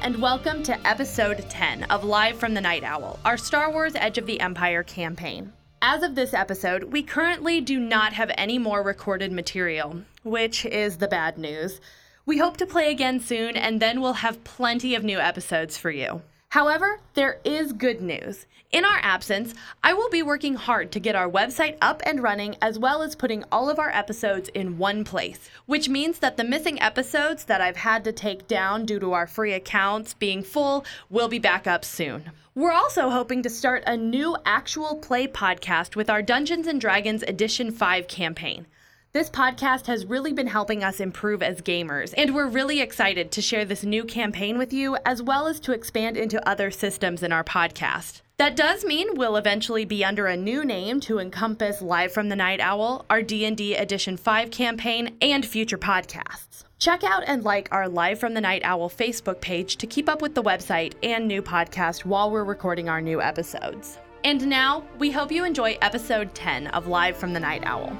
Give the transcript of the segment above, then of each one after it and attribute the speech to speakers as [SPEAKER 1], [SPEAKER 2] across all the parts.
[SPEAKER 1] and welcome to episode 10 of Live from the Night Owl, our Star Wars Edge of the Empire campaign. As of this episode, we currently do not have any more recorded material, which is the bad news. We hope to play again soon, and then we'll have plenty of new episodes for you. However, there is good news. In our absence, I will be working hard to get our website up and running as well as putting all of our episodes in one place, which means that the missing episodes that I've had to take down due to our free accounts being full will be back up soon. We're also hoping to start a new actual play podcast with our Dungeons and Dragons Edition 5 campaign. This podcast has really been helping us improve as gamers, and we're really excited to share this new campaign with you as well as to expand into other systems in our podcast. That does mean we'll eventually be under a new name to encompass Live from the Night Owl, our D&D Edition 5 campaign, and future podcasts. Check out and like our Live from the Night Owl Facebook page to keep up with the website and new podcast while we're recording our new episodes. And now, we hope you enjoy episode 10 of Live from the Night Owl.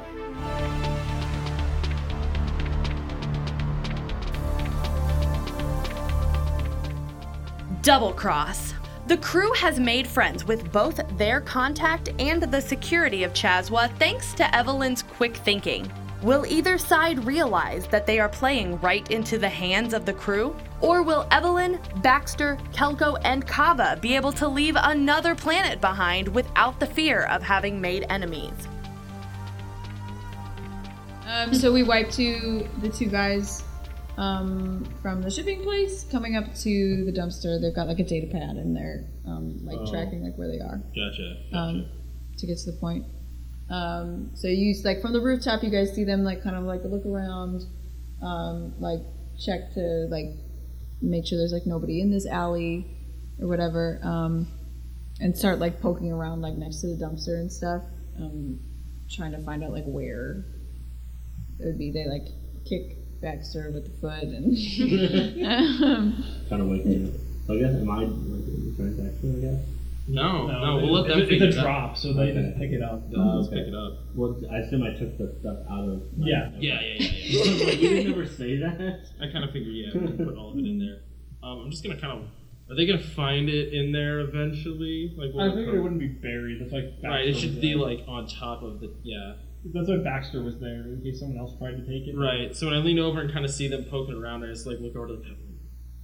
[SPEAKER 1] Double Cross. The crew has made friends with both their contact and the security of Chazwa thanks to Evelyn's quick thinking. Will either side realize that they are playing right into the hands of the crew? Or will Evelyn, Baxter, Kelko, and Kava be able to leave another planet behind without the fear of having made enemies?
[SPEAKER 2] Um, so we wipe to the two guys um, from the shipping place coming up to the dumpster. They've got like a data pad in there, um, like
[SPEAKER 3] Oh.
[SPEAKER 2] tracking like where they are
[SPEAKER 3] Gotcha.
[SPEAKER 2] um, to get to the point. Um, so you s- like from the rooftop, you guys see them like kind of like look around, um, like check to like make sure there's like nobody in this alley or whatever, um, and start like poking around like next to the dumpster and stuff, um, trying to find out like where it would be. They like kick Baxter with the foot and. um,
[SPEAKER 4] kind of waking up. So I guess am I like in the transaction? I guess.
[SPEAKER 3] No, no,
[SPEAKER 5] No,
[SPEAKER 3] we'll let them
[SPEAKER 5] it's,
[SPEAKER 3] figure
[SPEAKER 5] it's
[SPEAKER 3] it
[SPEAKER 5] a
[SPEAKER 3] out.
[SPEAKER 5] drop, so they just pick it up.
[SPEAKER 3] They'll just
[SPEAKER 4] Okay.
[SPEAKER 3] pick it up.
[SPEAKER 4] Well, I assume I took the stuff out of. My
[SPEAKER 5] Yeah.
[SPEAKER 3] Yeah, yeah, yeah, yeah.
[SPEAKER 4] Wait, you didn't ever say that.
[SPEAKER 3] I kind of figured, yeah, we can put all of it in there. Um, I'm just gonna kind of. Are they gonna find it in there eventually? Like, will
[SPEAKER 5] I figured
[SPEAKER 3] come-
[SPEAKER 5] it wouldn't be buried. That's like Baxter
[SPEAKER 3] Right, it should
[SPEAKER 5] was
[SPEAKER 3] be
[SPEAKER 5] there.
[SPEAKER 3] like on top of the. Yeah.
[SPEAKER 5] that's why Baxter was there in case someone else tried to take it.
[SPEAKER 3] Right. So when I lean over and kind of see them poking around, I just like look over to the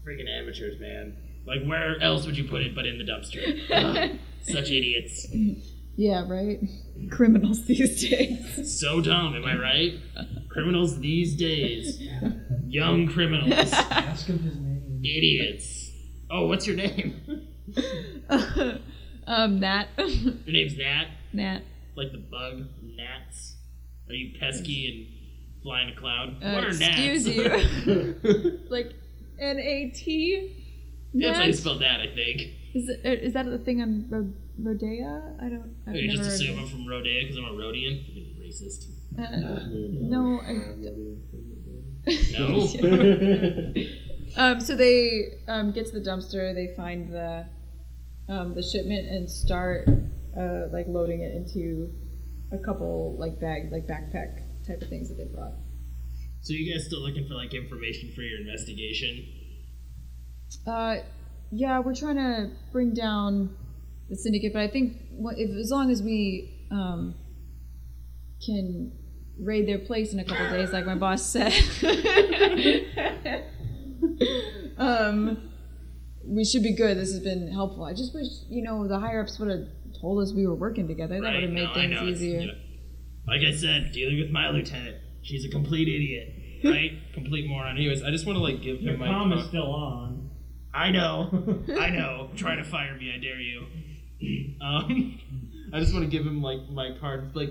[SPEAKER 3] freaking amateurs, man. Like, where else would you put it but in the dumpster? Ugh, such idiots.
[SPEAKER 2] yeah, right. Criminals these days.
[SPEAKER 3] So dumb, am I right? Criminals these days. Young criminals.
[SPEAKER 5] Ask him his name.
[SPEAKER 3] Idiots. Oh, what's your name?
[SPEAKER 2] um, Nat.
[SPEAKER 3] Your name's Nat,
[SPEAKER 2] Nat.
[SPEAKER 3] like the bug. Gnats. Are you pesky and flying a cloud?
[SPEAKER 2] Uh,
[SPEAKER 3] what are
[SPEAKER 2] excuse
[SPEAKER 3] gnats?
[SPEAKER 2] you. like N A T.
[SPEAKER 3] That's how you
[SPEAKER 2] Nat?
[SPEAKER 3] spell that, I think.
[SPEAKER 2] Is, it- uh, is that the thing on Ro- Rodea? I don't. I've
[SPEAKER 3] You just
[SPEAKER 2] never-
[SPEAKER 3] assume I'm from Rodea because I'm a Rodian. You're Racist.
[SPEAKER 2] Uh, no. I,
[SPEAKER 3] No. Oh.
[SPEAKER 2] um. So they um get to the dumpster. They find the um the shipment and start uh like loading it into a couple like bags like backpack type of things that they brought.
[SPEAKER 3] so you guys still looking for like information for your investigation?
[SPEAKER 2] Uh, yeah, we're trying to bring down the syndicate, but I think what, if as long as we um, can raid their place in a couple days, like my boss said, um, we should be good. This has been helpful. I just wish you know the higher ups would have told us we were working together. that would have made
[SPEAKER 3] no,
[SPEAKER 2] things
[SPEAKER 3] it's-
[SPEAKER 2] easier.
[SPEAKER 3] yeah. Like I said, dealing with my lieutenant, she's a complete idiot, right? complete moron. Anyways, I just want to like give
[SPEAKER 5] Your
[SPEAKER 3] him my.
[SPEAKER 5] palm is still on.
[SPEAKER 3] I know, I know. Try to fire me, I dare you. Um, I just want to give him like my card. Like,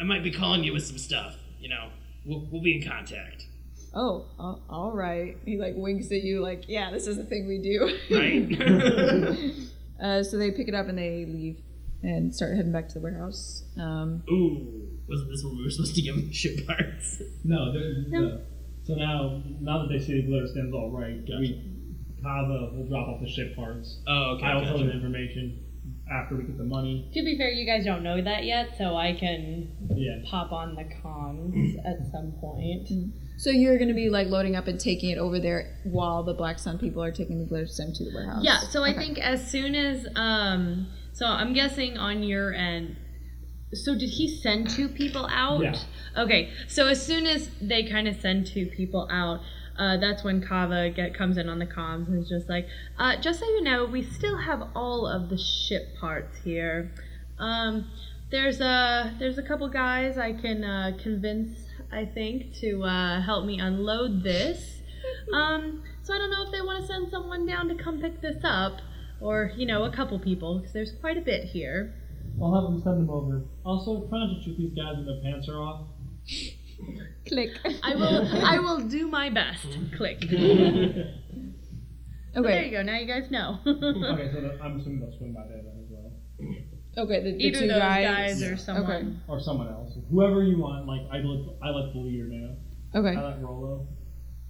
[SPEAKER 3] I might be calling you with some stuff. You know, we'll, we'll be in contact,
[SPEAKER 2] Oh, a- all right. He like winks at you, like, yeah, this is the thing we do.
[SPEAKER 3] right?
[SPEAKER 2] Uh, so they pick it up and they leave and start heading back to the warehouse. Um,
[SPEAKER 3] Ooh, wasn't this where we were supposed to give him ship parts?
[SPEAKER 5] No, there- no. So now, now that they see the glitter stem's all right, we Kava will drop off the ship parts.
[SPEAKER 3] Oh, okay.
[SPEAKER 5] I will
[SPEAKER 3] gotcha.
[SPEAKER 5] tell them information. after we get the money.
[SPEAKER 6] To be fair, you guys don't know that yet, so I can
[SPEAKER 5] Yeah.
[SPEAKER 6] pop on the comms at some point.
[SPEAKER 2] So you're going to be like loading up and taking it over there while the Black Sun people are taking the glitter stem to the warehouse.
[SPEAKER 6] Yeah, so I think as soon as um so I'm guessing on your end so did he send two people out?
[SPEAKER 5] Yeah.
[SPEAKER 6] Okay. So as soon as they kind of send two people out, uh, that's when Kava get comes in on the comms and is just like, uh, just so you know, we still have all of the ship parts here. Um, there's a there's a couple guys I can uh, convince I think to uh, help me unload this. Um, so I don't know if they want to send someone down to come pick this up, or you know, a couple people because there's quite a bit here.
[SPEAKER 5] I'll have them send them over. Also, try not to shoot these guys when their pants are off.
[SPEAKER 2] Click.
[SPEAKER 6] I will I will do my best. Click. Oh, There you
[SPEAKER 2] Okay.
[SPEAKER 6] go. Now you guys know.
[SPEAKER 5] Okay, so the, I'm assuming they'll swing by there then as well.
[SPEAKER 2] Okay. The, the
[SPEAKER 6] Either
[SPEAKER 2] two
[SPEAKER 6] those
[SPEAKER 2] guys.
[SPEAKER 6] guys, or someone.
[SPEAKER 5] Or someone else. Whoever you want. Like, I like, I like the leader now.
[SPEAKER 2] Okay.
[SPEAKER 5] I like Rolo.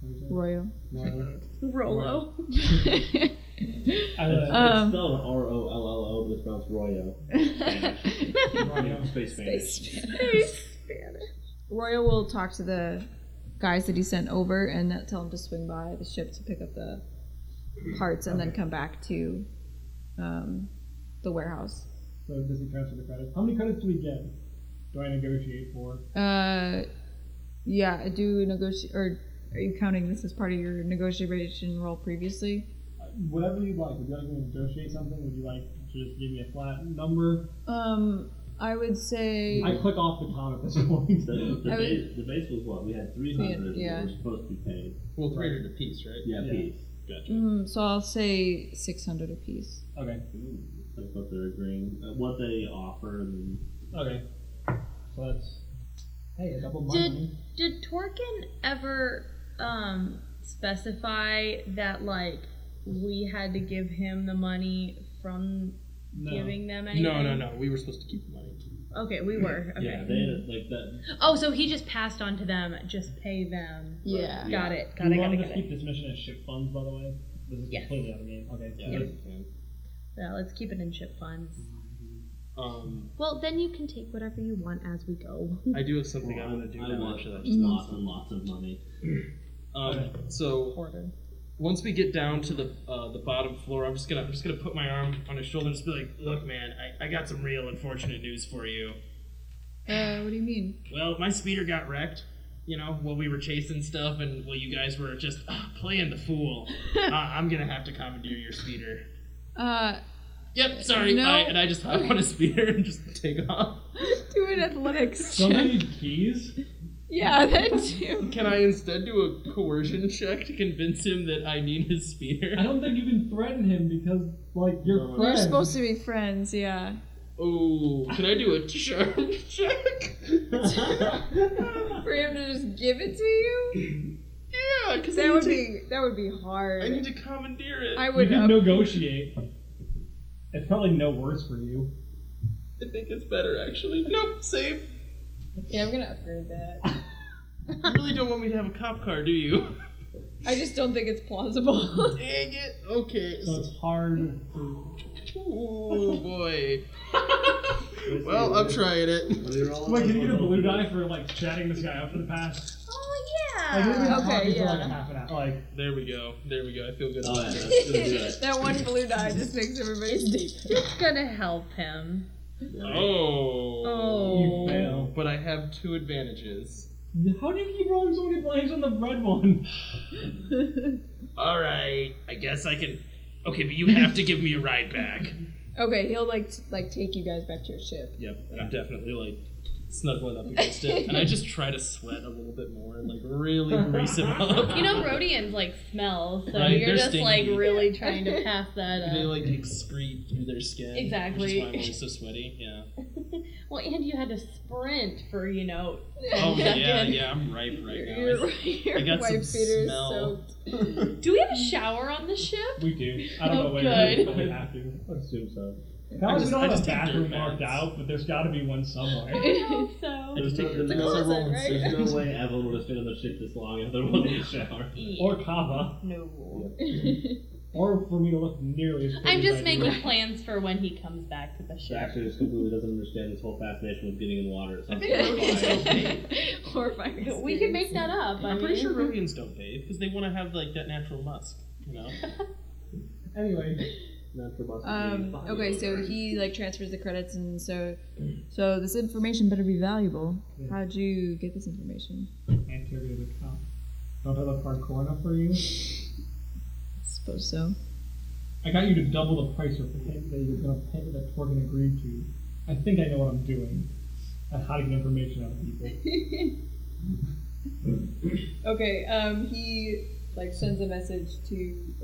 [SPEAKER 5] What is it?
[SPEAKER 2] Royal.
[SPEAKER 5] Rolo.
[SPEAKER 6] Rolo.
[SPEAKER 5] I like
[SPEAKER 4] Uh,
[SPEAKER 2] Um,
[SPEAKER 7] it's spelled R O L L O, but it's pronounced Royo.
[SPEAKER 5] Rolo.
[SPEAKER 7] Space Spanish.
[SPEAKER 2] Royal will talk to the guys that he sent over and that- tell them to swing by the ship to pick up the parts and then come back to um, the warehouse.
[SPEAKER 5] So does he transfer the credits? How many credits do we get? Do I negotiate for?
[SPEAKER 2] Uh, yeah, I do negotiate. Or are you counting this as part of your negotiation role previously?
[SPEAKER 5] Whatever you'd like. Would you like me to negotiate something? Would you like to just give me a flat number?
[SPEAKER 2] Um, I would say.
[SPEAKER 5] I click off the com at this point.
[SPEAKER 7] The, the,
[SPEAKER 2] I would-
[SPEAKER 7] base, the base was what? We had 300
[SPEAKER 2] Yeah.
[SPEAKER 7] that were supposed to be paid.
[SPEAKER 3] Well, 300 apiece, right?
[SPEAKER 7] Yeah,
[SPEAKER 5] Yeah.
[SPEAKER 7] peace. Gotcha.
[SPEAKER 2] Mm, so I'll say six hundred apiece.
[SPEAKER 5] okay.
[SPEAKER 7] Ooh, That's what they're agreeing. Uh, what they offer. And
[SPEAKER 5] Okay. So that's hey, a double
[SPEAKER 6] Did-
[SPEAKER 5] money.
[SPEAKER 6] Did Torkin ever um, specify that like we had to give him the money from
[SPEAKER 5] No.
[SPEAKER 6] giving them anything?
[SPEAKER 3] No, no, no. We were supposed to keep the money.
[SPEAKER 6] Okay, we were. Okay.
[SPEAKER 7] Yeah, they had, like that.
[SPEAKER 6] Oh, so he just passed on to them. Just pay them.
[SPEAKER 2] Yeah.
[SPEAKER 6] Got it.
[SPEAKER 5] Do
[SPEAKER 6] Got
[SPEAKER 5] you
[SPEAKER 6] it.
[SPEAKER 5] want to
[SPEAKER 6] Got it.
[SPEAKER 5] just
[SPEAKER 6] Got
[SPEAKER 5] keep
[SPEAKER 6] it.
[SPEAKER 5] this mission as ship funds, by the way? This is
[SPEAKER 6] Yes.
[SPEAKER 5] completely out of game. Okay. so
[SPEAKER 7] Yeah.
[SPEAKER 5] that's-
[SPEAKER 6] Yeah, let's keep it in ship funds.
[SPEAKER 3] Um,
[SPEAKER 6] Well, then you can take whatever you want as we go.
[SPEAKER 3] I do have something I
[SPEAKER 7] Well,
[SPEAKER 3] want to do.
[SPEAKER 7] I
[SPEAKER 3] now,
[SPEAKER 7] want
[SPEAKER 3] actually, that's
[SPEAKER 2] Mm.
[SPEAKER 3] just
[SPEAKER 7] lots
[SPEAKER 3] awesome.
[SPEAKER 7] and lots of money.
[SPEAKER 3] Um, so
[SPEAKER 2] Uh,
[SPEAKER 6] Order.
[SPEAKER 3] once we get down to the uh, the bottom floor, I'm just gonna I'm just gonna put my arm on his shoulder and just be like, "Look, man, I, I got some real unfortunate news for you.
[SPEAKER 2] Uh, what do you mean?
[SPEAKER 3] Well, my speeder got wrecked, you know, while we were chasing stuff, and while you guys were just ah, playing the fool. uh, I'm gonna have to commandeer your speeder.
[SPEAKER 2] Uh,
[SPEAKER 3] Yep, sorry,
[SPEAKER 2] No.
[SPEAKER 3] bye. And I just hop on his speeder and just take off.
[SPEAKER 2] do an athletics
[SPEAKER 5] So
[SPEAKER 2] check.
[SPEAKER 5] many keys.
[SPEAKER 2] Yeah, that too.
[SPEAKER 3] Can I instead do a coercion check to convince him that I need his
[SPEAKER 5] I
[SPEAKER 3] speeder?
[SPEAKER 5] don't think you can threaten him because like you're
[SPEAKER 7] You're
[SPEAKER 5] friends.
[SPEAKER 2] We're supposed to be friends, yeah.
[SPEAKER 3] Oh, can I do a charm check?
[SPEAKER 2] For him to just give it to you?
[SPEAKER 3] yeah, because
[SPEAKER 2] That would be that would be hard.
[SPEAKER 3] I need to commandeer it.
[SPEAKER 2] I
[SPEAKER 5] You
[SPEAKER 2] would.
[SPEAKER 5] can
[SPEAKER 2] Up,
[SPEAKER 5] negotiate. It's probably no worse for you.
[SPEAKER 3] I think it's better actually. Nope, save.
[SPEAKER 2] yeah, I'm gonna upgrade that.
[SPEAKER 3] You really don't want me to have a cop car, do you?
[SPEAKER 2] I just don't think it's plausible.
[SPEAKER 3] Dang it. Okay.
[SPEAKER 5] So it's hard to
[SPEAKER 3] Oh boy. Well, I'm trying it.
[SPEAKER 5] Wait, can you get a blue die for like chatting this guy up for the past? Like, we've been
[SPEAKER 2] Okay,
[SPEAKER 5] talking for like
[SPEAKER 2] yeah.
[SPEAKER 5] half an hour. Like,
[SPEAKER 3] There we go. There we go. I feel good.
[SPEAKER 7] Oh, yeah,
[SPEAKER 3] about it.
[SPEAKER 7] that's gonna do it.
[SPEAKER 2] that one blue die just makes everybody's deep.
[SPEAKER 6] Just gonna help him.
[SPEAKER 3] Oh.
[SPEAKER 5] you fail.
[SPEAKER 3] But I have two advantages.
[SPEAKER 5] How do you keep rolling so many blanks on the red one?
[SPEAKER 3] All right. I guess I can. Okay, but you have to give me a ride back.
[SPEAKER 2] Okay, he'll like t- like take you guys back to your ship.
[SPEAKER 3] Yep. And I'm definitely like snuggling up against it, and I just try to sweat a little bit more and like really grease him up.
[SPEAKER 6] You know, Rhodians like smell, so
[SPEAKER 3] Right,
[SPEAKER 6] you're
[SPEAKER 3] they're
[SPEAKER 6] just like
[SPEAKER 3] stinky.
[SPEAKER 6] really trying to pass that up.
[SPEAKER 3] They like excrete through their skin. Which
[SPEAKER 6] Exactly.
[SPEAKER 3] is why I'm always so sweaty. Yeah.
[SPEAKER 6] Well, and you had to sprint for you know.
[SPEAKER 3] Oh yeah,
[SPEAKER 6] Second.
[SPEAKER 3] yeah. I'm ripe right now. I-
[SPEAKER 2] Your, your
[SPEAKER 3] I got some
[SPEAKER 2] wife beater is
[SPEAKER 3] smell.
[SPEAKER 2] soaked.
[SPEAKER 6] Do we have a shower on the ship?
[SPEAKER 5] We do. I don't
[SPEAKER 6] Oh,
[SPEAKER 5] know what
[SPEAKER 6] good.
[SPEAKER 5] it is, but we have to.
[SPEAKER 7] I assume so.
[SPEAKER 5] Now,
[SPEAKER 3] I
[SPEAKER 5] we
[SPEAKER 3] just-
[SPEAKER 5] don't
[SPEAKER 3] I
[SPEAKER 5] have a
[SPEAKER 3] just take dirt
[SPEAKER 5] bathroom
[SPEAKER 3] baths.
[SPEAKER 5] marked out, but there's got to be one somewhere.
[SPEAKER 6] I hope so.
[SPEAKER 7] There's no, there's, no,
[SPEAKER 2] closet, right?
[SPEAKER 7] there's no way Evelyn would have stayed on the ship this long if there wasn't a shower.
[SPEAKER 5] Or Kava.
[SPEAKER 6] No.
[SPEAKER 5] or for me to look nearly as pretty
[SPEAKER 6] I'm
[SPEAKER 5] as
[SPEAKER 6] just
[SPEAKER 5] I
[SPEAKER 6] making
[SPEAKER 5] do.
[SPEAKER 6] plans for when he comes back to the ship.
[SPEAKER 7] Actually, just completely doesn't understand this whole fascination with getting in water. It sounds horrifying.
[SPEAKER 6] Horrifying.
[SPEAKER 8] We can make that up. I
[SPEAKER 3] I'm pretty
[SPEAKER 8] mean.
[SPEAKER 3] sure Rodians don't bathe because they want to have like that natural musk. You know,
[SPEAKER 5] Anyway,
[SPEAKER 7] Not for muscles,
[SPEAKER 2] Um,
[SPEAKER 7] maybe.
[SPEAKER 2] okay, so he like transfers the credits, and so so this information better be valuable. How'd you get this information?
[SPEAKER 5] interview the cop. Don't I look hardcore enough for you?
[SPEAKER 2] I suppose so.
[SPEAKER 5] I got you to double the price of it that you're gonna pay that Torgan agreed to. I think I know what I'm doing. And how to get information out of people.
[SPEAKER 2] Okay, um, he like sends a message to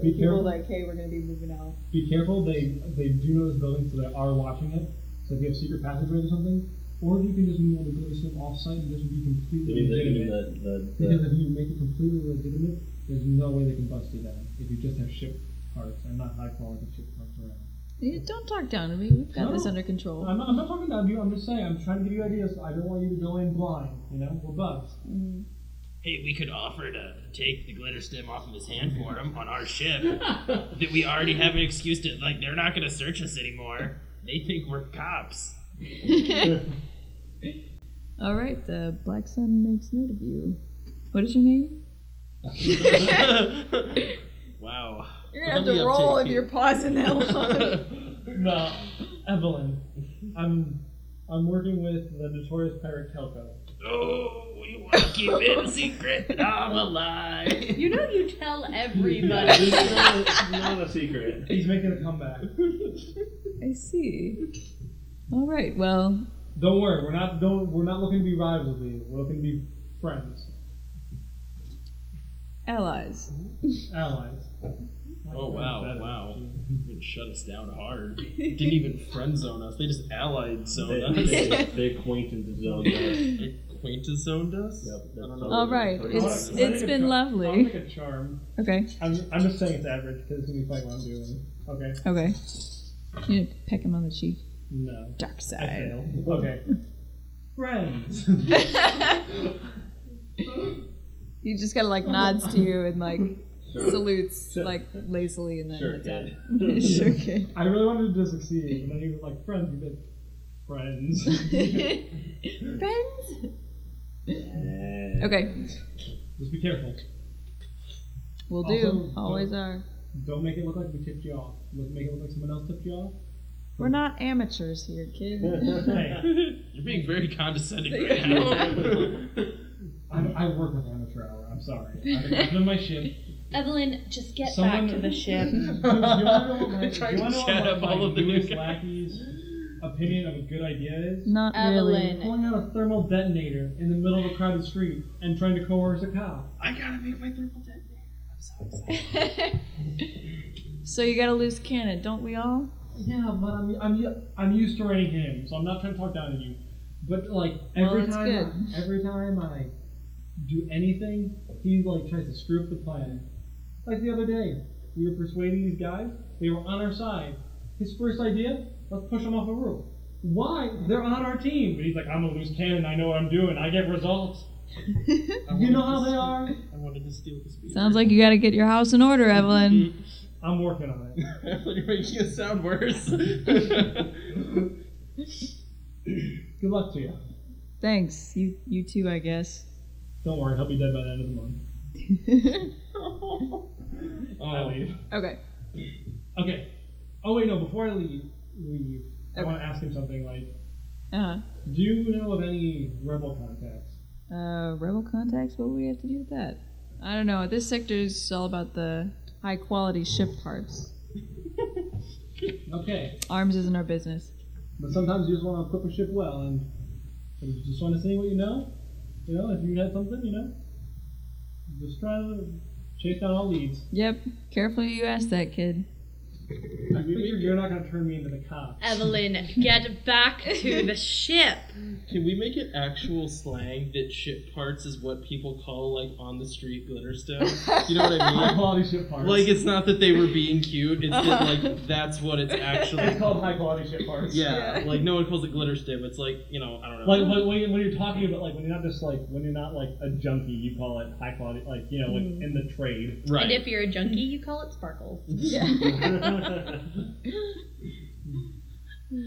[SPEAKER 5] Be people, careful.
[SPEAKER 2] like, hey, we're gonna be moving out.
[SPEAKER 5] Be careful, they they do know this building, so they are watching it. So if you have secret passageways or something, or you can just be able to go to some offsite and just be
[SPEAKER 7] You mean the,
[SPEAKER 5] completely
[SPEAKER 7] you mean
[SPEAKER 5] legitimate.
[SPEAKER 7] the, the,
[SPEAKER 5] Because
[SPEAKER 7] the
[SPEAKER 5] if you make it completely legitimate, there's no way they can bust you down. If you just have ship parts, and not high quality ship parts around.
[SPEAKER 2] Don't talk down to me. We've got
[SPEAKER 5] No.
[SPEAKER 2] this under control.
[SPEAKER 5] I'm not, I'm not talking down to you. I'm just saying I'm trying to give you ideas. I don't want you to go in blind. You know, we're bugs.
[SPEAKER 3] hey, we could offer to take the glitter stem off of his hand for him on our ship. that we already have an excuse to like. They're not going to search us anymore. They think we're cops.
[SPEAKER 2] All right, the Black Sun makes note of you. What is your name?
[SPEAKER 3] Wow.
[SPEAKER 2] You're gonna have
[SPEAKER 3] Let me
[SPEAKER 2] to roll
[SPEAKER 3] update
[SPEAKER 2] if
[SPEAKER 3] you.
[SPEAKER 2] you're pausing that long.
[SPEAKER 5] No, Evelyn, I'm I'm working with the notorious pirate Kelko.
[SPEAKER 3] Oh, we want to keep it a secret. that I'm alive.
[SPEAKER 8] You know you tell everybody.
[SPEAKER 7] not, not a secret.
[SPEAKER 5] He's making a comeback.
[SPEAKER 2] I see. All right, well,
[SPEAKER 5] Don't worry, we're not don't we're not looking to be rivals with you. We're looking to be friends,
[SPEAKER 2] allies.
[SPEAKER 5] allies.
[SPEAKER 3] Oh wow, wow. They shut us down hard. Didn't even friend zone us. They just allied
[SPEAKER 7] They,
[SPEAKER 3] zone us.
[SPEAKER 7] they, they acquaintances zone. Yep,
[SPEAKER 3] Acquaintance zoned us.
[SPEAKER 7] that's
[SPEAKER 2] All right,
[SPEAKER 7] totally-
[SPEAKER 2] it's
[SPEAKER 5] I'll
[SPEAKER 2] it's
[SPEAKER 5] make a
[SPEAKER 2] been
[SPEAKER 5] char- I'll make
[SPEAKER 2] lovely.
[SPEAKER 5] a charm.
[SPEAKER 2] Okay,
[SPEAKER 5] I'm, I'm just saying it's average because it's gonna be like what I'm doing. Okay.
[SPEAKER 2] okay. You need to peck him on the cheek.
[SPEAKER 5] No.
[SPEAKER 2] Dark
[SPEAKER 5] I
[SPEAKER 2] side.
[SPEAKER 5] failed. Okay. Friends.
[SPEAKER 2] You just gotta like nods to you and like salutes
[SPEAKER 7] Sure.
[SPEAKER 2] like lazily and then
[SPEAKER 7] Sure,
[SPEAKER 2] that's
[SPEAKER 7] kid.
[SPEAKER 2] it. sure kid.
[SPEAKER 5] I really wanted to succeed, but then he was like, friends, you did. Friends.
[SPEAKER 2] Friends.
[SPEAKER 7] Yeah.
[SPEAKER 2] Okay,
[SPEAKER 5] Just be careful.
[SPEAKER 2] will
[SPEAKER 5] Also,
[SPEAKER 2] do. Always
[SPEAKER 5] don't-
[SPEAKER 2] are.
[SPEAKER 5] Don't make it look like we tipped you off. Look, make it look like someone else tipped you off.
[SPEAKER 2] We're not amateurs here, kid.
[SPEAKER 5] Hey,
[SPEAKER 3] You're being very condescending right now.
[SPEAKER 5] I, I work with amateur hour. I'm sorry. I've been my ship.
[SPEAKER 8] Evelyn, just get
[SPEAKER 5] Someone-
[SPEAKER 8] back to the ship.
[SPEAKER 5] Do you want to know what my,
[SPEAKER 3] I
[SPEAKER 5] do
[SPEAKER 3] tried
[SPEAKER 5] you wanna
[SPEAKER 3] to
[SPEAKER 5] know
[SPEAKER 3] chat
[SPEAKER 5] what
[SPEAKER 3] up
[SPEAKER 5] my
[SPEAKER 3] all of the new
[SPEAKER 5] newest
[SPEAKER 3] guys.
[SPEAKER 5] lackey's opinion of a good idea is?
[SPEAKER 2] Not really.
[SPEAKER 8] Evelyn.
[SPEAKER 5] Pulling out a thermal detonator in the middle of a crowded street and trying to coerce a cow.
[SPEAKER 3] I gotta make my thermal detonator. I'm so excited.
[SPEAKER 2] So you gotta lose cannon, don't we all?
[SPEAKER 5] Yeah, but I'm, I'm, I'm used to writing him, so I'm not trying to talk down to you. But like every
[SPEAKER 2] that's
[SPEAKER 5] time, I, every time I do anything, he like tries to screw up the plan. Like the other day, we were persuading these guys; they were on our side. His first idea: let's push them off a roof. Why? They're on our team. But he's like, I'm a loose cannon. I know what I'm doing. I get results. you know how they are.
[SPEAKER 3] I wanted to steal the speed.
[SPEAKER 2] Sounds like you gotta get your house in order, Evelyn.
[SPEAKER 5] I'm working on it.
[SPEAKER 3] You're making it sound worse.
[SPEAKER 5] Good luck to you.
[SPEAKER 2] Thanks. You you too, I guess.
[SPEAKER 5] Don't worry, he'll be dead by the end of the month. I leave.
[SPEAKER 2] Okay.
[SPEAKER 5] Okay. Oh wait, no. Before I leave, leave, I
[SPEAKER 2] Okay.
[SPEAKER 5] want to ask him something. Like,
[SPEAKER 2] Uh
[SPEAKER 5] do you know of any rebel contacts?
[SPEAKER 2] huh. Uh, rebel contacts. What would we have to do with that? I don't know. This sector's all about the high quality ship parts.
[SPEAKER 5] Okay,
[SPEAKER 2] Arms isn't our business.
[SPEAKER 5] but sometimes you just want to equip a ship well, and and you just want to see what you know. You know, if you had something, you know, just try to chase down all leads.
[SPEAKER 2] Yep. Carefully you ask that, kid.
[SPEAKER 5] I figure you're not going to turn me into the cop.
[SPEAKER 6] Uh, Evelyn, get back to the ship.
[SPEAKER 3] Can we make it actual slang that ship parts is what people call like on the street glitter stuff? You know what
[SPEAKER 5] High
[SPEAKER 3] I mean?
[SPEAKER 5] quality ship parts.
[SPEAKER 3] Like it's not that they were being cute. It's that like that's what it's actually
[SPEAKER 5] it's called high quality ship parts.
[SPEAKER 3] Yeah, like no one calls it glitter stim. It's like you know, I don't know.
[SPEAKER 5] Like when, when, you- when you're talking about like when you're not just like when you're not like a junkie, you call it high quality. Like you know, like in the trade.
[SPEAKER 3] right?
[SPEAKER 6] And if you're a junkie, you call it sparkles.
[SPEAKER 3] I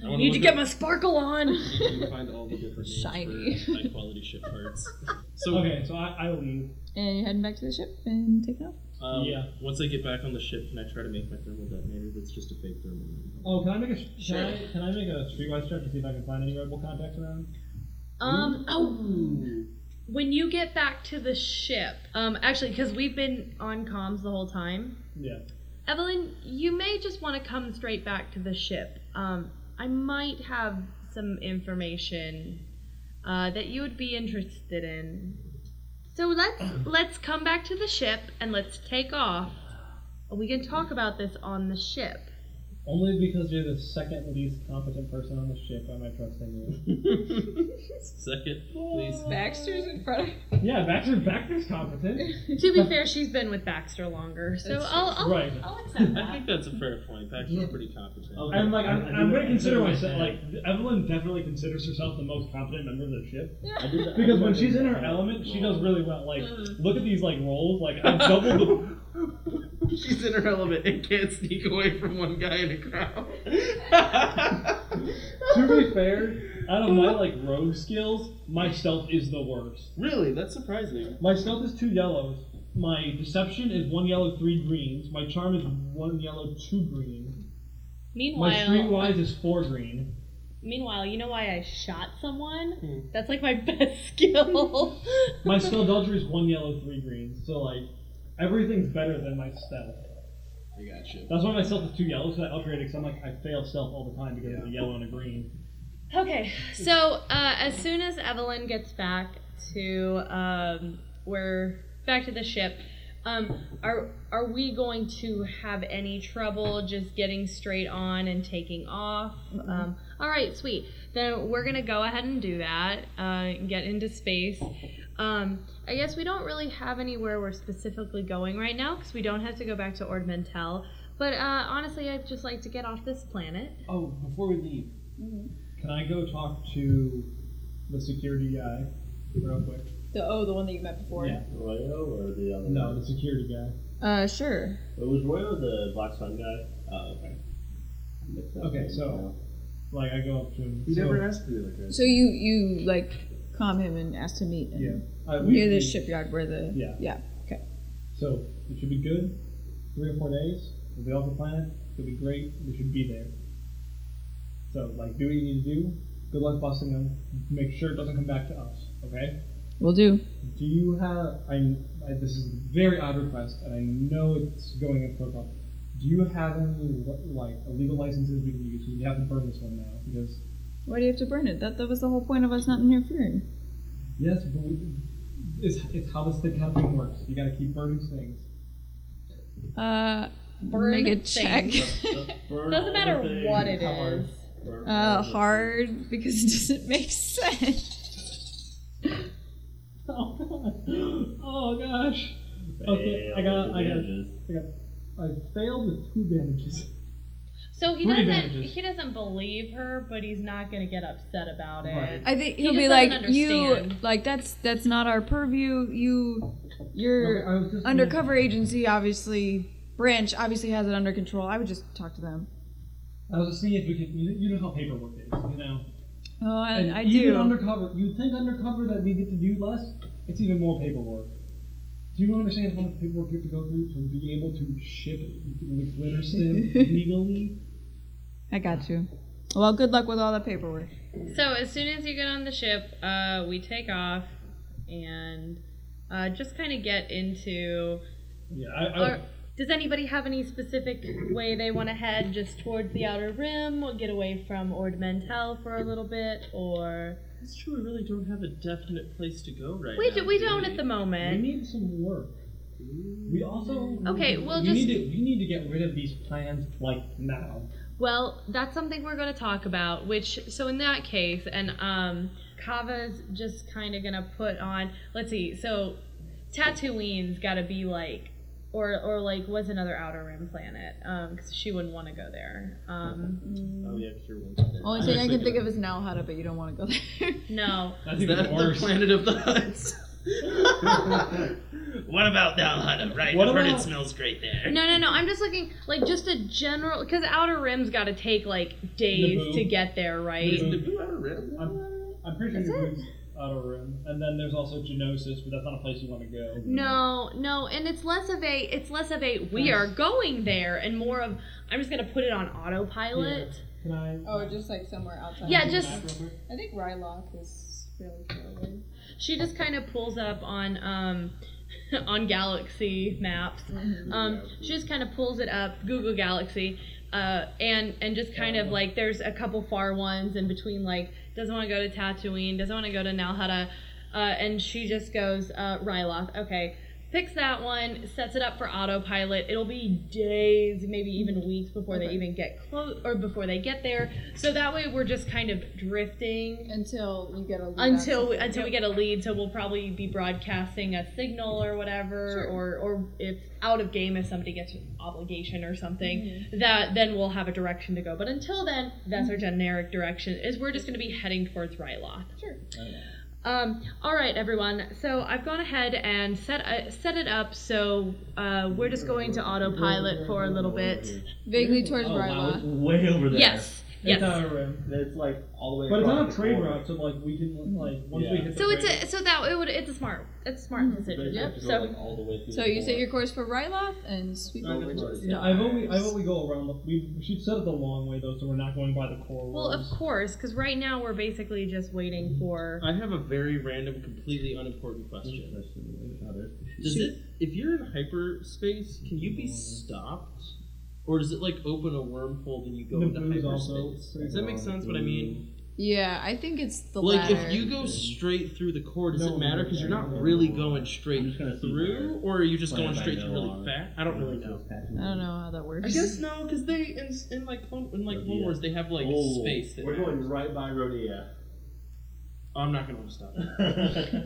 [SPEAKER 3] wanna
[SPEAKER 6] Need to
[SPEAKER 3] look
[SPEAKER 6] get
[SPEAKER 3] up-
[SPEAKER 6] my sparkle on.
[SPEAKER 3] you can find all the different names
[SPEAKER 2] Shiny.
[SPEAKER 3] for high quality ship parts. So
[SPEAKER 5] Okay, so I, I leave.
[SPEAKER 2] And you're heading back to the ship and taking off.
[SPEAKER 3] um,
[SPEAKER 5] Yeah.
[SPEAKER 3] Once I get back on the ship, can I try to make my thermal detonator? That's just a fake thermal. detonator.
[SPEAKER 5] Oh, can I make a sh- can, I, can I make a streetwise check to see if I can find any rebel contacts around?
[SPEAKER 6] Um, oh. When you get back to the ship, um, actually, because we've been on comms the whole time,
[SPEAKER 5] Yeah.
[SPEAKER 6] Evelyn, you may just want to come straight back to the ship. Um, I might have some information uh, that you would be interested in. So let's let's come back to the ship and let's take off. We can talk about this on the ship.
[SPEAKER 5] Only because you're the second least competent person on the ship, am I trusting you?
[SPEAKER 3] Second, please.
[SPEAKER 2] Baxter's in front of
[SPEAKER 5] yeah, Baxter Baxter's competent.
[SPEAKER 6] To be fair, she's been with Baxter longer, so I'll, I'll
[SPEAKER 5] right.
[SPEAKER 8] I'll accept
[SPEAKER 3] I
[SPEAKER 8] that.
[SPEAKER 3] think that's a fair point. Baxter's pretty competent.
[SPEAKER 7] Okay.
[SPEAKER 5] I'm like I'm,
[SPEAKER 7] I- I
[SPEAKER 5] I'm
[SPEAKER 7] do-
[SPEAKER 5] going
[SPEAKER 7] I
[SPEAKER 5] to consider
[SPEAKER 7] do
[SPEAKER 5] myself like
[SPEAKER 7] understand.
[SPEAKER 5] Evelyn definitely considers herself the most competent member of the ship
[SPEAKER 7] I did that-
[SPEAKER 5] because when she's in her element, she does really well. Like,
[SPEAKER 6] Mm.
[SPEAKER 5] look at these like rolls. Like I'm double the
[SPEAKER 3] She's in her element and can't sneak away from one guy in a crowd.
[SPEAKER 5] to be fair, out of my like rogue skills, my stealth is the worst.
[SPEAKER 3] really, that's surprising.
[SPEAKER 5] My stealth is two yellows. My deception is one yellow, three greens. My charm is one yellow, two green. My
[SPEAKER 6] Meanwhile,
[SPEAKER 5] streetwise is four green.
[SPEAKER 6] meanwhile, you know why I shot someone? That's like my best skill.
[SPEAKER 5] My skullduggery is one yellow, three greens. So like, everything's better than my stealth.
[SPEAKER 3] I got you.
[SPEAKER 5] That's why my stealth is two yellows. So I upgrade it because I'm like I fail stealth all the time because of the yellow and a green.
[SPEAKER 6] okay, so uh, as soon as Evelyn gets back to um, we're back to the ship. Um, are are we going to have any trouble just getting straight on and taking off? Um, all right, sweet. Then we're gonna go ahead and do that. Uh, and get into space. Um, I guess we don't really have anywhere we're specifically going right now because we don't have to go back to Ordmentel. But uh, honestly, I'd just like to get off this planet.
[SPEAKER 5] Oh, before we leave, can I go talk to the security guy real quick?
[SPEAKER 2] the oh, the one that you met before.
[SPEAKER 5] Yeah.
[SPEAKER 7] Royo or the other
[SPEAKER 5] No,
[SPEAKER 7] one?
[SPEAKER 5] the security guy.
[SPEAKER 2] Uh, sure.
[SPEAKER 7] It was Royo the Black Sun guy? Oh, okay. Mixed up
[SPEAKER 5] Okay,
[SPEAKER 7] names
[SPEAKER 5] so-
[SPEAKER 7] now.
[SPEAKER 5] Like I go up to him.
[SPEAKER 7] You
[SPEAKER 5] so-
[SPEAKER 7] never asked me like
[SPEAKER 2] So you you like calm him and ask to meet and
[SPEAKER 5] Yeah. I- we-
[SPEAKER 2] near the
[SPEAKER 5] we-
[SPEAKER 2] shipyard where the
[SPEAKER 5] Yeah.
[SPEAKER 2] yeah okay.
[SPEAKER 5] So it should be good. Three or four days. We'll be off the planet. It'll be great. We should be there. So like, do what you need to do. Good luck busting him. Make sure it doesn't come back to us. Okay.
[SPEAKER 2] We'll do.
[SPEAKER 5] Do you have? I, I this is a very odd request, and I know it's going in protocol. Do you have any what, like illegal licenses we can use? We have to burn this one now because
[SPEAKER 2] Why do you have to burn it? That that was the whole point of us not interfering.
[SPEAKER 5] yes, but we, it's, it's how this thing how thing works. You got to keep burning things.
[SPEAKER 2] Uh,
[SPEAKER 6] Burn
[SPEAKER 2] make a
[SPEAKER 6] things.
[SPEAKER 2] check.
[SPEAKER 6] Doesn't matter what it
[SPEAKER 5] Howard.
[SPEAKER 6] is.
[SPEAKER 2] uh, hard because it doesn't make sense.
[SPEAKER 5] Oh god. Oh gosh. Okay, I got, I got, I got, I failed with two damages.
[SPEAKER 6] So he
[SPEAKER 5] Three
[SPEAKER 6] doesn't
[SPEAKER 5] advantages.
[SPEAKER 6] he doesn't believe her, but he's not gonna get upset about it.
[SPEAKER 5] Right.
[SPEAKER 2] I think he'll
[SPEAKER 6] just
[SPEAKER 2] be like
[SPEAKER 6] doesn't
[SPEAKER 2] you,
[SPEAKER 6] understand.
[SPEAKER 2] like that's that's not our purview. You,
[SPEAKER 5] No, I
[SPEAKER 2] your
[SPEAKER 5] was just-
[SPEAKER 2] undercover agency obviously branch obviously has it under control. I would just talk to them.
[SPEAKER 5] I was just seeing if we could, you you know how paperwork is, you know?
[SPEAKER 2] Oh, I,
[SPEAKER 5] And
[SPEAKER 2] I
[SPEAKER 5] even
[SPEAKER 2] do.
[SPEAKER 5] undercover, you'd think undercover that we get to do less, it's even more paperwork. Do you understand how much paperwork you have to go through to be able to ship the glitter stim legally?
[SPEAKER 2] I got you. Well, good luck with all that paperwork.
[SPEAKER 6] So as soon as you get on the ship, uh, we take off and uh, just kind of get into.
[SPEAKER 5] Yeah, I, I
[SPEAKER 6] Or, does anybody have any specific way they want to head, just towards the outer rim, or get away from Ordmentel for a little bit, or
[SPEAKER 3] It's true. We really don't have a definite place to go right
[SPEAKER 6] we
[SPEAKER 3] now.
[SPEAKER 6] do, we don't at the
[SPEAKER 5] we
[SPEAKER 6] moment.
[SPEAKER 5] need some work. We also
[SPEAKER 6] Okay, well,
[SPEAKER 5] we
[SPEAKER 6] just-
[SPEAKER 5] need to we need to get rid of these plans like now.
[SPEAKER 6] Well, that's something we're going to talk about. Which, so in that case, and um, Kava's just kind of going to put on. Let's see. So, Tatooine's got to be like, or or like, was another Outer Rim planet? Because she wouldn't want to go there. Um,
[SPEAKER 7] Oh yeah, sure. We'll get there.
[SPEAKER 2] Only thing I can think of is Nal Hada, but you don't want to go there.
[SPEAKER 6] no.
[SPEAKER 5] That's
[SPEAKER 3] Is
[SPEAKER 5] even
[SPEAKER 3] that the
[SPEAKER 5] worse.
[SPEAKER 3] planet of the Huts? what about Dalhada? Right,
[SPEAKER 5] What
[SPEAKER 3] I've heard it
[SPEAKER 5] about-
[SPEAKER 3] smells great there.
[SPEAKER 6] No, no, no. I'm just looking like just a general because Outer Rim's got to take like days
[SPEAKER 5] Naboo.
[SPEAKER 6] to get there, right?
[SPEAKER 3] Is Naboo out of rim?
[SPEAKER 5] I'm, I'm pretty sure Naboo's out of room, and then there's also Genosis, but that's not a place you want to go.
[SPEAKER 6] No, no, and it's less of a it's less of a we are going there and more of I'm just gonna put it on autopilot.
[SPEAKER 5] Can I?
[SPEAKER 2] oh, just like somewhere outside.
[SPEAKER 6] Yeah,
[SPEAKER 2] of
[SPEAKER 6] just
[SPEAKER 2] the map. I think Rylock is fairly far away.
[SPEAKER 6] she just kind of pulls up on um on galaxy maps. Um, she just kind of pulls it up Google Galaxy. Uh, and and just kind of like there's a couple far ones in between like doesn't want to go to Tatooine doesn't want to go to Nalhada, uh, and she just goes uh, Ryloth okay picks that one sets it up for autopilot it'll be days maybe even weeks before they even get close or before they get there so that way we're just kind of drifting
[SPEAKER 2] Until we get a lead
[SPEAKER 6] until
[SPEAKER 2] out
[SPEAKER 6] we, until we get a lead so we'll probably be broadcasting a signal or whatever or or if out of game if somebody gets an obligation or something that then we'll have a direction to go but until then that's our generic direction is we're just going to be heading towards Ryloth
[SPEAKER 2] Sure.
[SPEAKER 6] um, all right, everyone. So I've gone ahead and set uh, set it up. So uh, we're just going to autopilot for a little bit.
[SPEAKER 2] vaguely towards
[SPEAKER 7] Oh wow, it's
[SPEAKER 2] Rylock.
[SPEAKER 7] way over there.
[SPEAKER 6] Yes,
[SPEAKER 5] It's
[SPEAKER 6] yes.
[SPEAKER 5] out of room.
[SPEAKER 7] It's like all the way.
[SPEAKER 5] But it's on a
[SPEAKER 7] across the
[SPEAKER 5] trade
[SPEAKER 7] border.
[SPEAKER 5] route, so like we can like once
[SPEAKER 7] Yeah.
[SPEAKER 5] we hit. The
[SPEAKER 6] So it's
[SPEAKER 5] trade-
[SPEAKER 6] a so that it would it's a smart it's a smart
[SPEAKER 7] But
[SPEAKER 6] decision.
[SPEAKER 7] you have
[SPEAKER 6] Yep.
[SPEAKER 7] to go,
[SPEAKER 6] So
[SPEAKER 7] like, all the way through
[SPEAKER 2] So
[SPEAKER 7] the
[SPEAKER 2] you set
[SPEAKER 7] border.
[SPEAKER 2] your course for Ryloth and sweep
[SPEAKER 7] No,
[SPEAKER 2] over
[SPEAKER 7] it's
[SPEAKER 2] to
[SPEAKER 7] right.
[SPEAKER 5] Yeah, I've only I've only go around. The, we, we should set it the long way though, so we're not going by the core.
[SPEAKER 6] well, of
[SPEAKER 5] roads.
[SPEAKER 6] course, because right now we're basically just waiting for.
[SPEAKER 3] I have a very random, completely unimportant question.
[SPEAKER 5] Mm-hmm.
[SPEAKER 3] Does
[SPEAKER 7] Shoot.
[SPEAKER 3] it, if you're in hyperspace, can you be stopped? Or does it like open a wormhole then you go into
[SPEAKER 5] Naboo's also
[SPEAKER 3] hyperspace?
[SPEAKER 5] pretty
[SPEAKER 3] Does that make sense what I mean?
[SPEAKER 2] Yeah, I think it's the
[SPEAKER 3] Like
[SPEAKER 2] latter.
[SPEAKER 3] if you go straight through the core, does
[SPEAKER 5] No,
[SPEAKER 3] it matter? Because you're not really going straight
[SPEAKER 7] just gonna see
[SPEAKER 3] through,
[SPEAKER 7] where-
[SPEAKER 3] or are you just
[SPEAKER 7] Planet
[SPEAKER 3] going
[SPEAKER 7] I
[SPEAKER 3] straight
[SPEAKER 7] know
[SPEAKER 3] through really
[SPEAKER 7] on.
[SPEAKER 3] fast? I don't really know.
[SPEAKER 2] I don't know how that works.
[SPEAKER 3] I guess no, because they in, in like Clone- in like Clone Wars they have like
[SPEAKER 7] Oh,
[SPEAKER 3] space. That
[SPEAKER 7] We're going
[SPEAKER 3] matters.
[SPEAKER 7] right by Rodea.
[SPEAKER 3] Oh, I'm not gonna stop.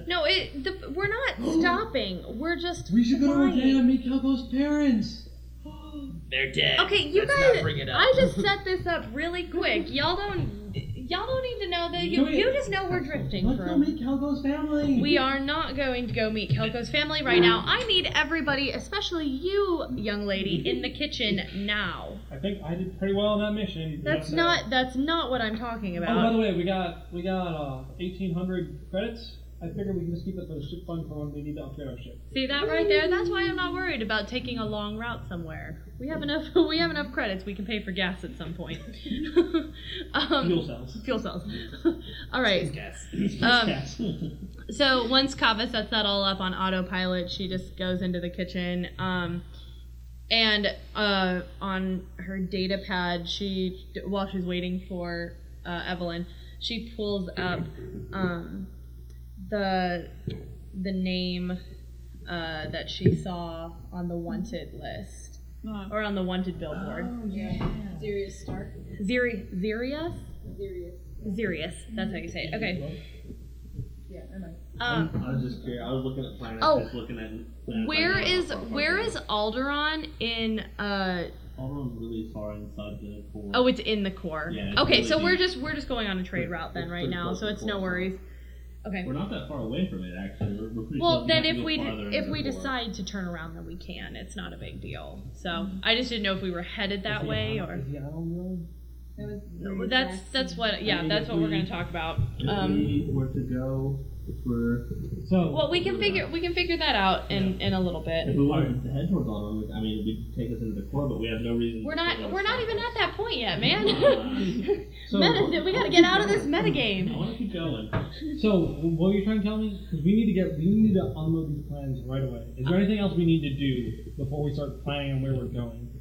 [SPEAKER 6] No, it the, we're not stopping. We're just
[SPEAKER 5] we should go to
[SPEAKER 6] flying.
[SPEAKER 5] Rodeo and meet Kelbo's parents.
[SPEAKER 3] They're dead.
[SPEAKER 6] Okay, you
[SPEAKER 3] Let's
[SPEAKER 6] guys.
[SPEAKER 3] Not bring it up.
[SPEAKER 6] I just set this up really quick. Y'all don't. Y'all don't need to know that. You,
[SPEAKER 5] Wait.
[SPEAKER 6] you just know we're drifting
[SPEAKER 5] Let's go
[SPEAKER 6] from.
[SPEAKER 5] meet Kelbo's family.
[SPEAKER 6] We are not going to go meet Kelko's family right now. I need everybody, especially you, young lady, in the kitchen now.
[SPEAKER 5] I think I did pretty well on that mission. We
[SPEAKER 6] That's
[SPEAKER 5] got
[SPEAKER 6] not. That's not what I'm talking
[SPEAKER 5] that. Oh, by the
[SPEAKER 6] about.
[SPEAKER 5] way, we got we got uh, eighteen hundred credits. I figured we can just keep it for the ship fund for when we need to upgrade our ship.
[SPEAKER 6] See that right there? That's why I'm not worried about taking a long route somewhere. We have enough. We have enough credits. We can pay for gas at some point. um,
[SPEAKER 5] Fuel cells.
[SPEAKER 6] fuel cells. all right.
[SPEAKER 3] Yes.
[SPEAKER 6] Um,
[SPEAKER 5] Yes.
[SPEAKER 6] so once Kava sets that all up on autopilot, she just goes into the kitchen. Um, and uh, on her data pad, she while she's waiting for uh, Evelyn, she pulls up um, the the name uh, that she saw on the wanted list
[SPEAKER 2] Oh,
[SPEAKER 6] or on the wanted billboard.
[SPEAKER 8] Serious Stark.
[SPEAKER 6] Ziri Zirius,
[SPEAKER 8] Serious.
[SPEAKER 6] Zirius. That's how you say it. Okay.
[SPEAKER 2] Yeah, I might.
[SPEAKER 6] Um,
[SPEAKER 7] I was just curious. I was looking at planets.
[SPEAKER 6] Oh.
[SPEAKER 7] just looking at planets.
[SPEAKER 6] Where is where is Alderon in uh
[SPEAKER 7] Alderon's really far inside the core.
[SPEAKER 6] oh it's in the core.
[SPEAKER 7] Yeah, it's
[SPEAKER 6] okay,
[SPEAKER 7] really
[SPEAKER 6] so we're
[SPEAKER 7] deep.
[SPEAKER 6] just we're just going on a trade route then
[SPEAKER 7] It's
[SPEAKER 6] right
[SPEAKER 7] pretty
[SPEAKER 6] now,
[SPEAKER 7] close
[SPEAKER 6] so
[SPEAKER 7] to
[SPEAKER 6] it's
[SPEAKER 7] the
[SPEAKER 6] no
[SPEAKER 7] core.
[SPEAKER 6] worries. Okay.
[SPEAKER 7] We're not that far away from it, actually. We're, we're pretty
[SPEAKER 6] Well,
[SPEAKER 7] close. have
[SPEAKER 6] then
[SPEAKER 7] to
[SPEAKER 6] if
[SPEAKER 7] go
[SPEAKER 6] we
[SPEAKER 7] farther
[SPEAKER 6] if
[SPEAKER 7] into
[SPEAKER 6] we
[SPEAKER 7] the core.
[SPEAKER 6] decide to turn around then we can. It's not a big deal. So,
[SPEAKER 7] Mm-hmm.
[SPEAKER 6] I just didn't know if we were headed that
[SPEAKER 5] Is he
[SPEAKER 6] way
[SPEAKER 5] on-
[SPEAKER 6] or
[SPEAKER 5] Is he out on the road?
[SPEAKER 2] That was
[SPEAKER 6] that's that's what yeah,
[SPEAKER 7] mean,
[SPEAKER 6] that's
[SPEAKER 7] if
[SPEAKER 6] what we're
[SPEAKER 7] we-
[SPEAKER 6] going to talk about.
[SPEAKER 7] If
[SPEAKER 6] Um
[SPEAKER 7] we were to go, if we're
[SPEAKER 5] So
[SPEAKER 6] well, we can figure we can figure that out in in a little
[SPEAKER 7] if
[SPEAKER 6] bit.
[SPEAKER 7] we wanted to head towards Alderon, I mean, it would take us into the core, but we have no reason.
[SPEAKER 6] We're
[SPEAKER 7] to go
[SPEAKER 6] not we're not
[SPEAKER 7] south.
[SPEAKER 6] even at that point yet, man.
[SPEAKER 5] so,
[SPEAKER 6] Meta, we got to get out of this metagame.
[SPEAKER 7] I want to keep going.
[SPEAKER 5] So, what are you trying to tell me? Because we need to get, we need to unload these plans right away. Is there anything else we need to do before we start planning on where we're going?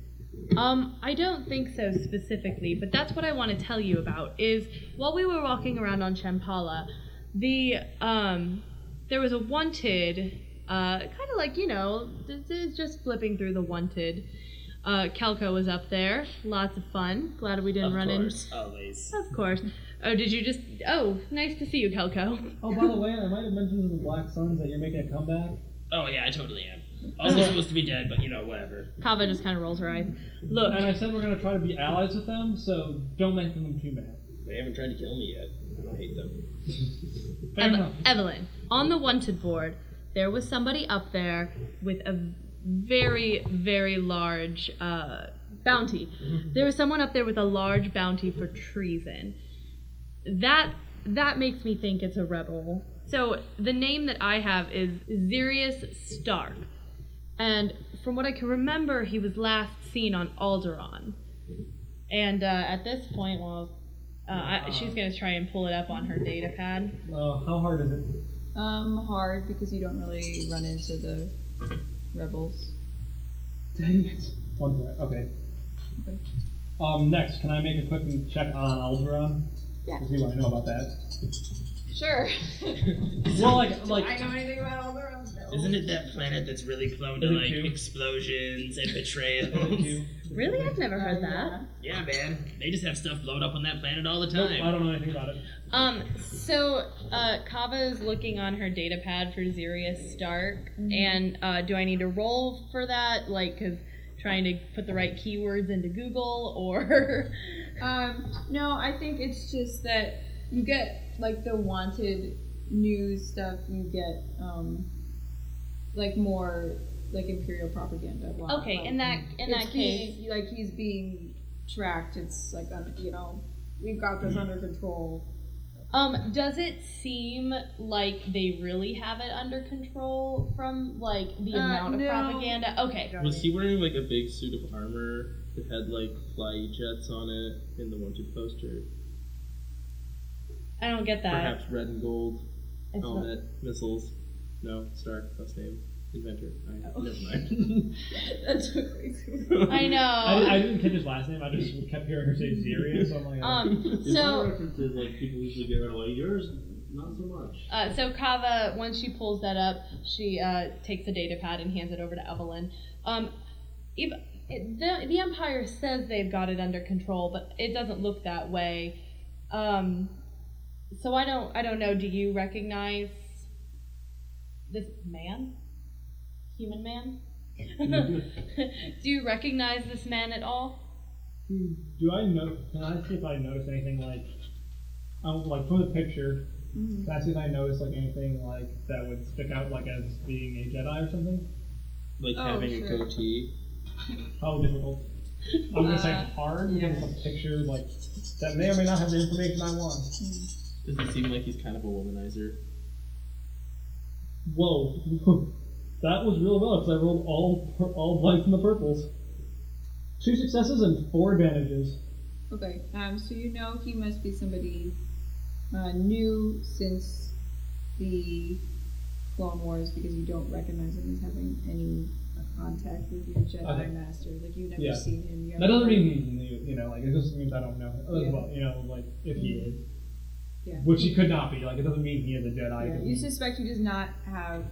[SPEAKER 6] Um, I don't think so specifically, but that's what I want to tell you about. Is while we were walking around on Champala, the um, there was a wanted Uh, kind of like, you know, this is just flipping through the wanted. Uh, Kelko was up there. Lots of fun. Glad we didn't
[SPEAKER 3] Of
[SPEAKER 6] run into.
[SPEAKER 3] course, always.
[SPEAKER 6] Of course. Oh, did you just. Oh, nice to see you, Kelko.
[SPEAKER 5] Oh, by the way, I might have mentioned to the Black Suns that you're making a comeback.
[SPEAKER 3] Oh yeah, I totally am. Also supposed to be dead, but you know whatever.
[SPEAKER 6] Kava just kind of rolls her eyes. Look,
[SPEAKER 5] And I said we're going to try to be allies with them, so don't make them too mad.
[SPEAKER 3] They haven't tried to kill me yet. I don't hate them.
[SPEAKER 5] Fair
[SPEAKER 6] Eve-
[SPEAKER 5] enough.
[SPEAKER 6] Evelyn, on the wanted board, there was somebody up there with a very, very large uh, bounty. There was someone up there with a large bounty for treason. That that makes me think it's a rebel. So the name that I have is Zirius Stark, and from what I can remember, he was last seen on Alderaan. And uh, at this point, well, uh, I, she's gonna try and pull it up on her data pad.
[SPEAKER 5] Oh, how hard is it?
[SPEAKER 2] Um, hard because you don't really run into the rebels.
[SPEAKER 5] Dang it. One point. Okay. Um, next, can I make a quick check on Alderaan?
[SPEAKER 8] Yeah.
[SPEAKER 5] To see what I know about that.
[SPEAKER 8] Sure.
[SPEAKER 5] Well, like,
[SPEAKER 8] I
[SPEAKER 5] like,
[SPEAKER 8] know anything about all the realms? No.
[SPEAKER 3] Isn't it that planet that's really prone to
[SPEAKER 5] Is it
[SPEAKER 3] like
[SPEAKER 5] two?
[SPEAKER 3] explosions and betrayals?
[SPEAKER 6] Really? I've never heard that.
[SPEAKER 3] yeah, man. They just have stuff blown up on that planet all the
[SPEAKER 5] Nope, I
[SPEAKER 3] time.
[SPEAKER 5] don't know anything about it.
[SPEAKER 6] Um, so uh, Kava is looking on her data pad for Zirius Stark, and uh, do I need to roll for that? Like, because trying to put the right keywords into Google, or
[SPEAKER 2] Um, no, I think it's just that you get like the wanted news stuff. You get um, like more like imperial propaganda. Like,
[SPEAKER 6] okay, in that in
[SPEAKER 2] it's
[SPEAKER 6] that
[SPEAKER 2] being-
[SPEAKER 6] case,
[SPEAKER 2] like he's being tracked. It's like un- you know we've got this under control.
[SPEAKER 6] um, does it seem like they really have it under control from like the
[SPEAKER 2] Uh,
[SPEAKER 6] amount of
[SPEAKER 2] no.
[SPEAKER 6] propaganda? Okay,
[SPEAKER 7] Was he wearing like a big suit of armor that had like fly jets on it in the wanted poster?
[SPEAKER 6] I don't get that.
[SPEAKER 7] Perhaps red and gold
[SPEAKER 6] Uh, It's not-
[SPEAKER 7] helmet, missiles. No, Stark, that's name. Inventor. I, Never mind.
[SPEAKER 2] That took way too
[SPEAKER 6] Oh. I know.
[SPEAKER 5] I, I didn't catch his last name. I just kept hearing her say Zirius. So I'm like,
[SPEAKER 6] um,
[SPEAKER 7] Is
[SPEAKER 6] so
[SPEAKER 7] my references like people usually get right away. Yours, not so much.
[SPEAKER 6] Uh, so Kava, once she pulls that up, she uh, takes the data pad and hands it over to Evelyn. Um, if, it, the, the Empire says they've got it under control, but it doesn't look that way. Um, so I don't, I don't know. Do you recognize this man, human man? Do you recognize this man at all?
[SPEAKER 5] Hmm, do I know? Can I see if I notice anything like, um, like from the picture? Can I see if I notice like anything like that would stick out like as being a Jedi or something?
[SPEAKER 7] Like
[SPEAKER 2] Oh,
[SPEAKER 7] having
[SPEAKER 2] sure.
[SPEAKER 7] a goatee.
[SPEAKER 5] How difficult? I'm gonna say hard because it's a picture like that may or may not have the information I want.
[SPEAKER 7] Does it seem like he's kind of a womanizer?
[SPEAKER 5] Whoa, that was real well because I rolled all all whites and the purples. Two successes and four advantages.
[SPEAKER 2] Okay, um, so you know he must be somebody uh, new since the Clone Wars because you don't recognize him as having any contact with your Jedi
[SPEAKER 5] Okay.
[SPEAKER 2] Master. Like you've never
[SPEAKER 5] Yeah.
[SPEAKER 2] seen him. You
[SPEAKER 5] That doesn't
[SPEAKER 2] haven't-
[SPEAKER 5] mean he's new, you know, like it just means I don't know him. as
[SPEAKER 2] Yeah.
[SPEAKER 5] well, you know, like if he is.
[SPEAKER 2] Yeah.
[SPEAKER 5] Which he could not be, like it doesn't mean he is a Jedi.
[SPEAKER 2] Yeah,
[SPEAKER 5] It
[SPEAKER 2] you
[SPEAKER 5] doesn't-
[SPEAKER 2] suspect he does not have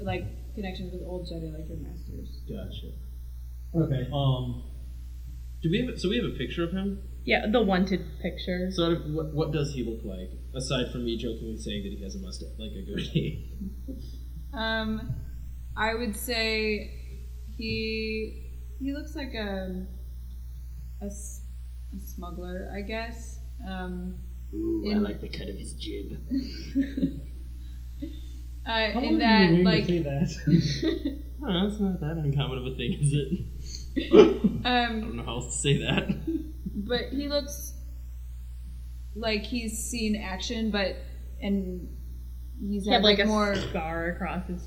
[SPEAKER 2] like connections with old Jedi like your masters.
[SPEAKER 7] Gotcha.
[SPEAKER 5] Okay, um
[SPEAKER 7] Do we have so we have a picture of him?
[SPEAKER 6] Yeah, the wanted picture.
[SPEAKER 7] So out of- what, what does he look like aside from me jokingly saying that he has a mustache, like a goatee?
[SPEAKER 2] Um, I would say he he looks like a a, s- a smuggler, I guess. Um,
[SPEAKER 3] Ooh, I
[SPEAKER 2] In-
[SPEAKER 3] like the cut of his jib.
[SPEAKER 2] uh, in
[SPEAKER 5] how long have you
[SPEAKER 2] that
[SPEAKER 5] been
[SPEAKER 2] like
[SPEAKER 5] waiting to say that?
[SPEAKER 3] Oh, that's not that uncommon of a thing, is it? I
[SPEAKER 2] um,
[SPEAKER 3] don't know how else to say that.
[SPEAKER 2] but he looks like he's seen action, but and he's
[SPEAKER 6] He had
[SPEAKER 2] had
[SPEAKER 6] like,
[SPEAKER 2] like,
[SPEAKER 6] a
[SPEAKER 2] more
[SPEAKER 6] scar across his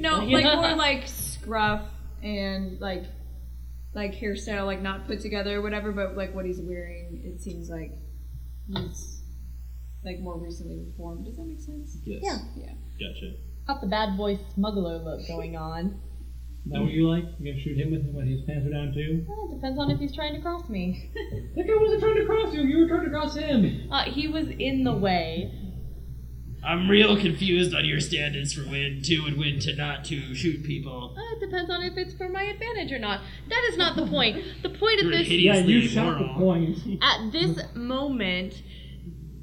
[SPEAKER 2] no like more like scruff and like like hairstyle like not put together or whatever, but like what he's wearing, it seems like he's like more recently reformed. Does that make sense?
[SPEAKER 7] Yes.
[SPEAKER 6] Yeah.
[SPEAKER 2] Yeah.
[SPEAKER 7] Gotcha.
[SPEAKER 6] Got the bad boy smuggler look going on.
[SPEAKER 5] Now what you like? You gonna shoot him with when his pants are down too?
[SPEAKER 6] Well, Uh, it depends on if he's trying to cross me.
[SPEAKER 5] That guy wasn't trying to cross you, you were trying to cross him.
[SPEAKER 6] Uh, he was in the way.
[SPEAKER 3] I'm real confused on your standards for when to and when to not to shoot people.
[SPEAKER 6] Uh, it depends on if it's for my advantage or not. That is not the point. The point of
[SPEAKER 3] You're an
[SPEAKER 6] this
[SPEAKER 3] idiot.
[SPEAKER 5] Yeah,
[SPEAKER 3] He's
[SPEAKER 5] you
[SPEAKER 3] the
[SPEAKER 5] shot the
[SPEAKER 3] moron.
[SPEAKER 5] point.
[SPEAKER 6] at this moment,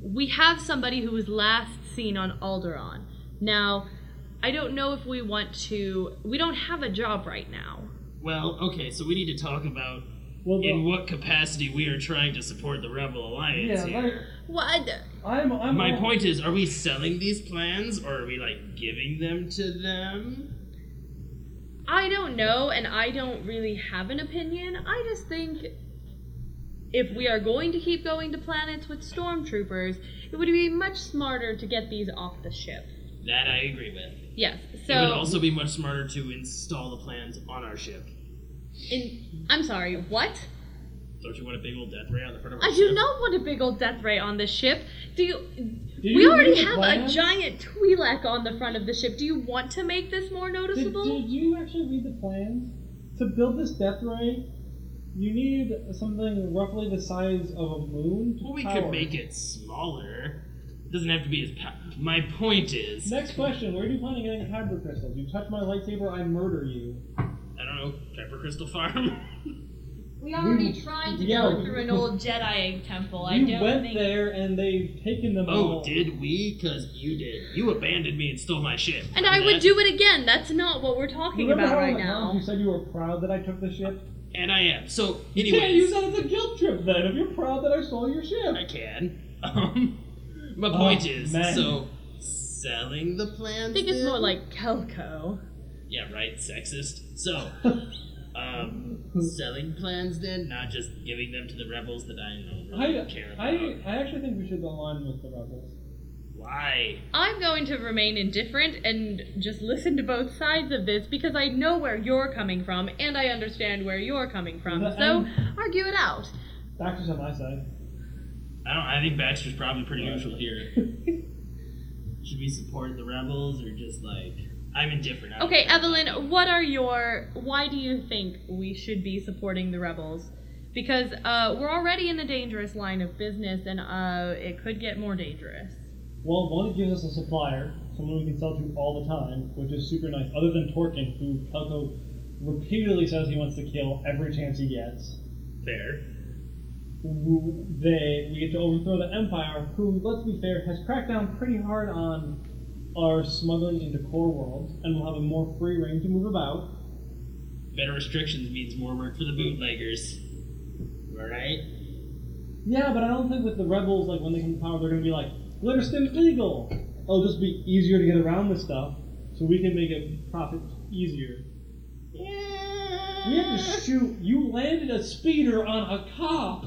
[SPEAKER 6] we have somebody who was last seen on Alderon. Now, I don't know if we want to. We don't have a job right now.
[SPEAKER 3] Well, okay, so we need to talk about
[SPEAKER 5] Well,
[SPEAKER 3] in
[SPEAKER 5] the,
[SPEAKER 3] what capacity we are trying to support the Rebel Alliance
[SPEAKER 5] yeah, like,
[SPEAKER 3] here.
[SPEAKER 6] What?
[SPEAKER 5] I'm, I'm.
[SPEAKER 3] My
[SPEAKER 5] all-
[SPEAKER 3] point is, are we selling these plans or are we like giving them to them?
[SPEAKER 6] I don't know, and I don't really have an opinion. I just think if we are going to keep going to planets with stormtroopers, it would be much smarter to get these off the ship.
[SPEAKER 3] That I agree with.
[SPEAKER 6] Yes.
[SPEAKER 3] it would
[SPEAKER 6] So,
[SPEAKER 3] also be much smarter to install the plans on our ship.
[SPEAKER 6] in, I'm sorry. What?
[SPEAKER 3] Don't you want a big old death ray on the front of our
[SPEAKER 6] I
[SPEAKER 3] ship?
[SPEAKER 6] do not want a big old death ray on this ship. Do you?
[SPEAKER 5] Did
[SPEAKER 6] we
[SPEAKER 5] you
[SPEAKER 6] already
[SPEAKER 5] read the
[SPEAKER 6] have
[SPEAKER 5] plan?
[SPEAKER 6] a giant Twi'lek on the front of the ship. Do you want to make this more
[SPEAKER 5] Did,
[SPEAKER 6] noticeable?
[SPEAKER 5] did you actually read the plans? To build this death ray, you need something roughly the size of a moon. to
[SPEAKER 3] Well, we
[SPEAKER 5] power.
[SPEAKER 3] could make it smaller. Doesn't have to be as. Pa- My point is,
[SPEAKER 5] Next question: Where do you plan on getting hyper crystals? You touch my lightsaber, I murder you.
[SPEAKER 3] I don't know, Pepper Crystal Farm.
[SPEAKER 9] We already
[SPEAKER 5] We-
[SPEAKER 9] tried to
[SPEAKER 5] yeah,
[SPEAKER 9] go
[SPEAKER 5] we-
[SPEAKER 9] through an old Jedi temple. I
[SPEAKER 5] you
[SPEAKER 9] don't
[SPEAKER 5] went
[SPEAKER 9] think.
[SPEAKER 5] there and they've taken them all.
[SPEAKER 3] oh, did we? Because you did. You abandoned me and stole my ship.
[SPEAKER 6] And I would do it again. That's not what we're talking
[SPEAKER 5] Remember
[SPEAKER 6] about
[SPEAKER 5] how
[SPEAKER 6] right
[SPEAKER 5] in the house
[SPEAKER 6] now.
[SPEAKER 5] You said you were proud that I took the ship.
[SPEAKER 3] And I am. So,
[SPEAKER 5] Yeah, you
[SPEAKER 3] anyways,
[SPEAKER 5] said it's a guilt trip then. If you're proud that I stole your ship.
[SPEAKER 3] I can. Um, my point
[SPEAKER 5] Oh,
[SPEAKER 3] is,
[SPEAKER 5] man.
[SPEAKER 3] so selling the plans.
[SPEAKER 6] I think it's
[SPEAKER 3] then?
[SPEAKER 6] more like Kelko.
[SPEAKER 3] Yeah, right. Sexist. So, um, selling plans then, not just giving them to the rebels that I don't
[SPEAKER 5] I,
[SPEAKER 3] really care about.
[SPEAKER 5] I, I actually think we should align with the rebels.
[SPEAKER 3] Why?
[SPEAKER 6] I'm going to remain indifferent and just listen to both sides of this because I know where you're coming from and I understand where you're coming from.
[SPEAKER 5] But
[SPEAKER 6] So
[SPEAKER 5] I'm-
[SPEAKER 6] argue it out.
[SPEAKER 5] Doctor's on my side.
[SPEAKER 3] I don't. I think Baxter's probably pretty neutral here. Should we support the rebels or just like? I'm indifferent. I don't
[SPEAKER 6] Okay,
[SPEAKER 3] care.
[SPEAKER 6] Evelyn, what are your. Why do you think we should be supporting the rebels? Because uh, we're already in the dangerous line of business and uh, it could get more dangerous.
[SPEAKER 5] Well, one, it gives us a supplier, someone we can sell to all the time, which is super nice, other than Torkin, who Kelko repeatedly says he wants to kill every chance he gets.
[SPEAKER 3] Fair.
[SPEAKER 5] Who- They, we get to overthrow the Empire, who, let's be fair, has cracked down pretty hard on our smuggling into core worlds, and we'll have a more free reign to move about.
[SPEAKER 3] Better restrictions means more work for the bootleggers. All right.
[SPEAKER 5] Yeah, but I don't think with the rebels, like when they come to power, they're gonna be like, Glitterstim's legal. It'll just be easier to get around with stuff, so we can make a profit easier. We had to shoot. You landed a speeder on a cop.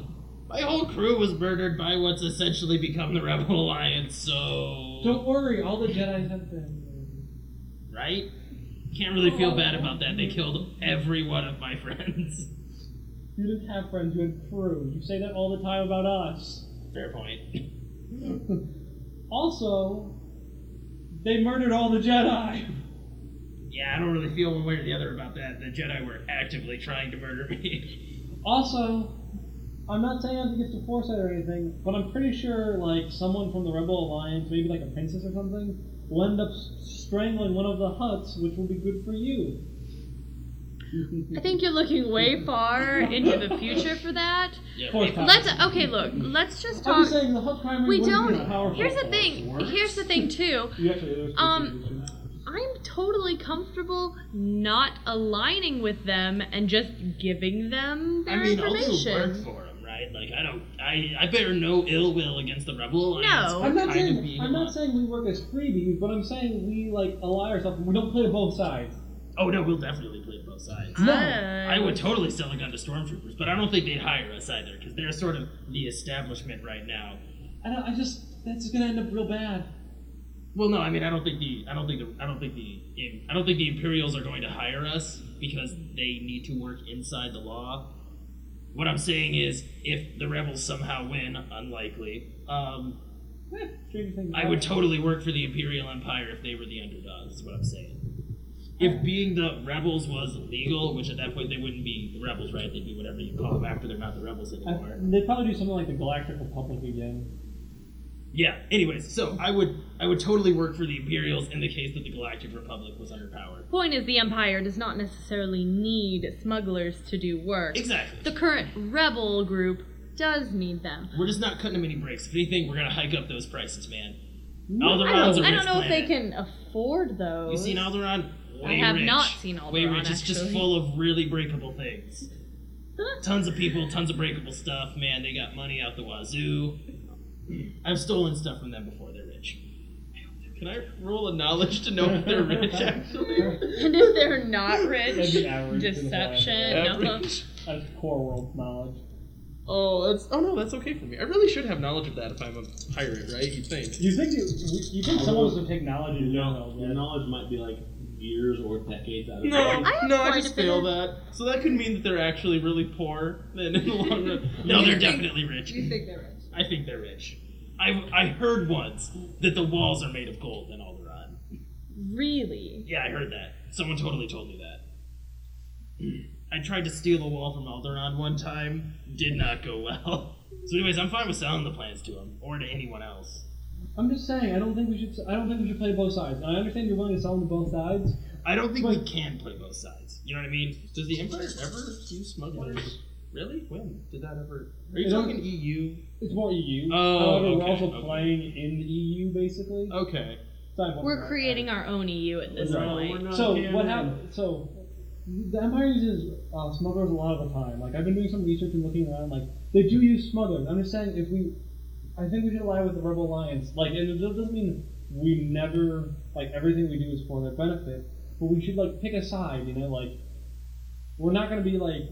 [SPEAKER 3] My whole crew was murdered by what's essentially become the Rebel Alliance. So.
[SPEAKER 5] Don't worry, all the Jedi's have been.
[SPEAKER 3] right. Can't really feel bad about that. They killed every one of my friends.
[SPEAKER 5] You didn't have friends. You had crew. You say that all the time about us.
[SPEAKER 3] Fair point.
[SPEAKER 5] Also, they murdered all the Jedi.
[SPEAKER 3] Yeah, I don't really feel one way or the other about that. The Jedi were actively trying to murder me.
[SPEAKER 5] Also, I'm not saying I have to get to foresight or anything, but I'm pretty sure like someone from the Rebel Alliance, maybe like a princess or something, will end up s- strangling one of the huts, which will be good for you.
[SPEAKER 6] I think you're looking way far into the future for that.
[SPEAKER 3] Yeah,
[SPEAKER 5] Poor
[SPEAKER 3] we-
[SPEAKER 5] Tom.
[SPEAKER 6] Let's. Okay, look, let's just
[SPEAKER 5] I'm
[SPEAKER 6] talk.
[SPEAKER 5] just saying the hut primary
[SPEAKER 6] We
[SPEAKER 5] wouldn't be as
[SPEAKER 6] don't.
[SPEAKER 5] powerful.
[SPEAKER 6] Here's the thing. Here's the thing, too.
[SPEAKER 5] You actually, there's
[SPEAKER 6] Um, I'm totally comfortable not aligning with them and just giving them
[SPEAKER 3] I
[SPEAKER 6] their
[SPEAKER 3] mean, I'll do work
[SPEAKER 6] information.
[SPEAKER 3] for them, right? Like, I don't. I I bear no ill will against the Rebel Alliance.
[SPEAKER 6] No.
[SPEAKER 3] for
[SPEAKER 5] I'm not
[SPEAKER 3] kind of
[SPEAKER 5] saying
[SPEAKER 3] being
[SPEAKER 5] I'm
[SPEAKER 3] a
[SPEAKER 5] not
[SPEAKER 3] mon-
[SPEAKER 5] saying we work as freebies, but I'm saying we like ally ourselves. and We don't play to both sides.
[SPEAKER 3] Oh no, we'll definitely play both sides.
[SPEAKER 6] Mm.
[SPEAKER 3] I
[SPEAKER 6] I-
[SPEAKER 3] would totally sell a gun to stormtroopers, but I don't think they'd hire us either because they're sort of the establishment right now.
[SPEAKER 5] I, don't, I just that's gonna end up real bad.
[SPEAKER 3] Well, no, I mean, I don't think the I don't think the I don't think the im- I don't think the Imperials are going to hire us because they need to work inside the law. What I'm saying is, if the rebels somehow win, unlikely, um,
[SPEAKER 5] Eh, change things
[SPEAKER 3] I
[SPEAKER 5] up.
[SPEAKER 3] would totally work for the Imperial Empire if they were the underdogs. Is what I'm saying. If being the rebels was legal, which at that point they wouldn't be the rebels, right? They'd be whatever you call them after they're not the rebels
[SPEAKER 6] Uh,
[SPEAKER 5] I,
[SPEAKER 3] anymore.
[SPEAKER 5] they probably do something like the Galactic Republic again.
[SPEAKER 3] Yeah. Anyways, so I would I would totally work for the Imperials in the case that the Galactic Republic was underpowered.
[SPEAKER 6] Point is, the Empire does not necessarily need smugglers to do work.
[SPEAKER 3] Exactly.
[SPEAKER 6] The current rebel group does need them.
[SPEAKER 3] We're just not cutting them any breaks. If anything, we're gonna hike up those prices, man.
[SPEAKER 6] I
[SPEAKER 3] Alderaan's
[SPEAKER 6] don't,
[SPEAKER 3] a
[SPEAKER 6] I
[SPEAKER 3] rich
[SPEAKER 6] don't know if they
[SPEAKER 3] planet.
[SPEAKER 6] can afford those.
[SPEAKER 3] You seen Alderaan?
[SPEAKER 6] I
[SPEAKER 3] Way
[SPEAKER 6] have
[SPEAKER 3] rich.
[SPEAKER 6] not seen Alderaan.
[SPEAKER 3] Way rich. It's just
[SPEAKER 6] actually.
[SPEAKER 3] full of really breakable things. tons of people, tons of breakable stuff. Man, they got money out the wazoo. I've stolen stuff from them before. They're rich.
[SPEAKER 7] Can I roll a knowledge to know if they're rich? Actually,
[SPEAKER 6] And if they're not
[SPEAKER 5] That'd
[SPEAKER 6] rich,
[SPEAKER 5] be average. for the black.
[SPEAKER 6] deception. uh-huh. No.
[SPEAKER 7] Average.
[SPEAKER 5] That's core world knowledge.
[SPEAKER 7] Oh, that's oh no, that's okay for me. I really should have knowledge of that if I'm a pirate, right? You think?
[SPEAKER 5] You think you, you think someone with some technology would know?
[SPEAKER 4] Your knowledge might be like years or decades out of
[SPEAKER 7] No,
[SPEAKER 4] date.
[SPEAKER 6] have
[SPEAKER 7] no,
[SPEAKER 6] quite
[SPEAKER 7] I
[SPEAKER 6] a
[SPEAKER 7] just
[SPEAKER 6] bit
[SPEAKER 7] fail
[SPEAKER 6] of-
[SPEAKER 7] that. So that could mean that they're actually really poor. Then in the long run,
[SPEAKER 3] No, they're
[SPEAKER 2] think-
[SPEAKER 3] definitely rich.
[SPEAKER 2] You think they're rich.
[SPEAKER 3] I think they're rich. I, I heard once that the walls are made of gold in Alderaan.
[SPEAKER 6] Really?
[SPEAKER 3] Yeah, I heard that. Someone totally told me that. I tried to steal a wall from Alderaan one time. Did not go well. So, anyways, I'm fine with selling the plans to him or to anyone else.
[SPEAKER 5] I'm just saying. I don't think we should. I don't think we should play both sides. I understand you're willing to sell them to both sides.
[SPEAKER 3] I don't think we can play both sides. You know what I mean?
[SPEAKER 7] does the Empire ever use smugglers? Really? When did that ever? Are
[SPEAKER 5] It
[SPEAKER 7] you
[SPEAKER 5] don't-
[SPEAKER 7] talking
[SPEAKER 3] E
[SPEAKER 7] EU?
[SPEAKER 5] It's more EU.
[SPEAKER 7] Oh,
[SPEAKER 5] However, we're
[SPEAKER 7] okay,
[SPEAKER 5] also
[SPEAKER 7] okay. Oh.
[SPEAKER 5] playing in the EU basically.
[SPEAKER 7] Okay.
[SPEAKER 5] Sidewalk
[SPEAKER 6] We're
[SPEAKER 5] America.
[SPEAKER 6] creating our own EU at this
[SPEAKER 5] Right.
[SPEAKER 6] point.
[SPEAKER 5] So what happened? So the Empire uses uh, smugglers a lot of the time. Like I've been doing some research and looking around. Like they do use smugglers. I'm just saying if we, I think we should ally with the Rebel Alliance. Like and it doesn't mean we never like everything we do is for their benefit, but we should like pick a side. You know, like we're not gonna be like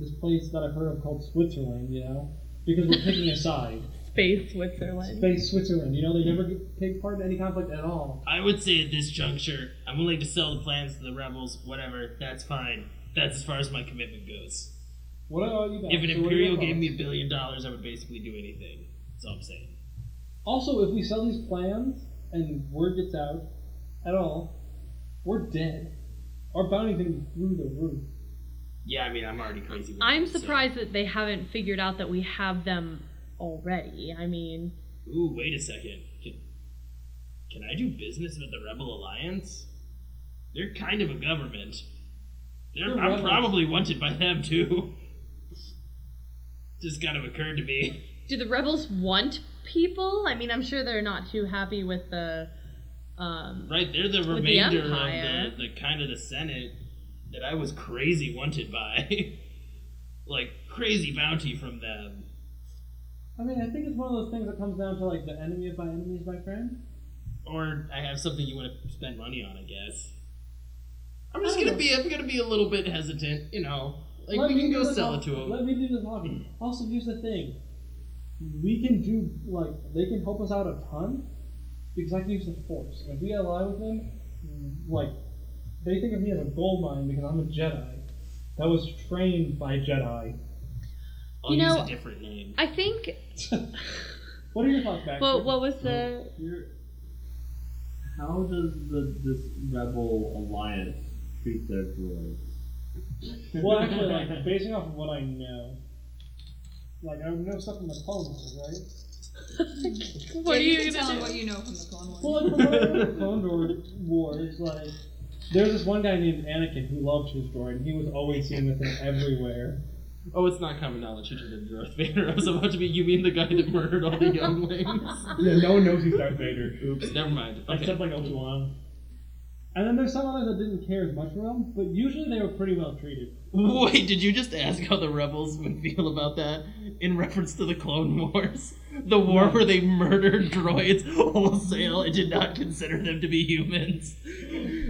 [SPEAKER 5] this place that I've heard of called Switzerland. You know, because we're picking a side.
[SPEAKER 6] Space Switzerland.
[SPEAKER 5] Space Switzerland. You know, they never get- take part in any conflict at all.
[SPEAKER 3] I would say at this juncture, I'm willing to sell the plans to the rebels, whatever, that's fine. That's as far as my commitment goes.
[SPEAKER 5] What about you guys?
[SPEAKER 3] If an
[SPEAKER 5] So what are your
[SPEAKER 3] Imperial gave
[SPEAKER 5] thoughts?
[SPEAKER 3] me a billion dollars, I would basically do anything. That's all I'm saying.
[SPEAKER 5] Also, if we sell these plans and word gets out at all, we're dead. Our bounty's gonna be through the roof.
[SPEAKER 3] Yeah, I mean, I'm already crazy. with
[SPEAKER 6] I'm
[SPEAKER 3] it, so-
[SPEAKER 6] surprised that they haven't figured out that we have them already. I mean,
[SPEAKER 3] Ooh, wait a second. Can, can I do business with the Rebel Alliance? They're kind of a government. They're,
[SPEAKER 5] They're
[SPEAKER 3] I'm
[SPEAKER 5] rebels.
[SPEAKER 3] probably wanted by them, too. Just kind of occurred to me.
[SPEAKER 6] do the rebels want people? I mean, I'm sure they're not too happy with the. Um,
[SPEAKER 3] Right, they're the
[SPEAKER 6] the
[SPEAKER 3] remainder
[SPEAKER 6] Empire.
[SPEAKER 3] of the, the kind of the Senate that I was crazy wanted by. like, crazy bounty from them.
[SPEAKER 5] I mean, I think it's one of those things that comes down to like the enemy of my enemy is my friend.
[SPEAKER 3] Or I have something you want to spend money on, I guess. I'm just
[SPEAKER 5] I don't
[SPEAKER 3] gonna
[SPEAKER 5] know.
[SPEAKER 3] be. I'm gonna be a little bit hesitant, you know. Like
[SPEAKER 5] Let
[SPEAKER 3] we
[SPEAKER 5] me
[SPEAKER 3] can
[SPEAKER 5] do
[SPEAKER 3] go
[SPEAKER 5] the
[SPEAKER 3] sell it
[SPEAKER 5] talk-
[SPEAKER 3] to them.
[SPEAKER 5] Let me do the talking. Also, here's the thing: we can do like they can help us out a ton because I can use the Force. And if we ally with them, like they think of me as a gold mine because I'm a Jedi that was trained by Jedi.
[SPEAKER 3] I'll
[SPEAKER 6] You
[SPEAKER 3] use
[SPEAKER 6] know-
[SPEAKER 3] a different name.
[SPEAKER 6] I think.
[SPEAKER 5] What are your thoughts, back?
[SPEAKER 6] Well, what was the?
[SPEAKER 4] You're- How does the, this rebel alliance treat their droids?
[SPEAKER 5] Well, actually, like basing off of what I know, like I know stuff from the Clone Wars, right?
[SPEAKER 6] What are
[SPEAKER 2] Yeah,
[SPEAKER 6] you
[SPEAKER 2] can
[SPEAKER 6] gonna
[SPEAKER 2] tell
[SPEAKER 6] do?
[SPEAKER 2] him what you know from the Clone Wars.
[SPEAKER 5] Well, like from what I remember Clone Dor- Wars, like there's this one guy named Anakin who loved his droid, and he was always seen with him everywhere.
[SPEAKER 7] Oh, it's not common knowledge. You did Darth Vader. I was about to be. You mean the guy that murdered all the younglings?
[SPEAKER 5] Yeah, no one knows he's Darth Vader,
[SPEAKER 7] Oops. Never mind. Okay.
[SPEAKER 5] except like Obi Wan. And then there's some others that didn't care as much for him, but usually they were pretty well treated.
[SPEAKER 7] Wait, did you just ask how the rebels would feel about that in reference to the Clone Wars, the war where they murdered droids wholesale and did not consider them to be humans?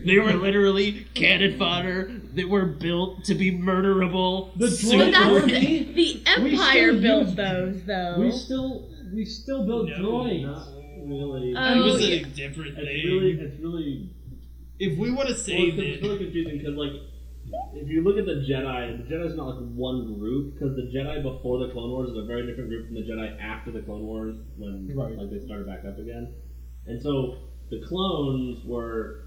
[SPEAKER 7] They were literally cannon fodder. They were built to be murderable.
[SPEAKER 5] The
[SPEAKER 6] But
[SPEAKER 5] droid
[SPEAKER 6] that's
[SPEAKER 5] army.
[SPEAKER 6] the, the
[SPEAKER 5] We
[SPEAKER 6] Empire
[SPEAKER 5] still
[SPEAKER 6] built
[SPEAKER 5] use-
[SPEAKER 6] those,
[SPEAKER 5] We
[SPEAKER 6] though.
[SPEAKER 5] still we still build
[SPEAKER 3] No,
[SPEAKER 4] Not
[SPEAKER 5] droids.
[SPEAKER 4] really.
[SPEAKER 3] It
[SPEAKER 6] Oh,
[SPEAKER 3] was
[SPEAKER 6] yeah.
[SPEAKER 3] a different
[SPEAKER 4] it's
[SPEAKER 3] name.
[SPEAKER 4] really, it's really,
[SPEAKER 3] if we want to
[SPEAKER 4] well,
[SPEAKER 3] say
[SPEAKER 4] it's, it's
[SPEAKER 3] that,
[SPEAKER 4] really confusing because like, if you look at the Jedi, the Jedi's not like one group because the Jedi before the Clone Wars is a very different group from the Jedi after the Clone Wars when
[SPEAKER 5] Right.
[SPEAKER 4] like they started back up again, and so the clones were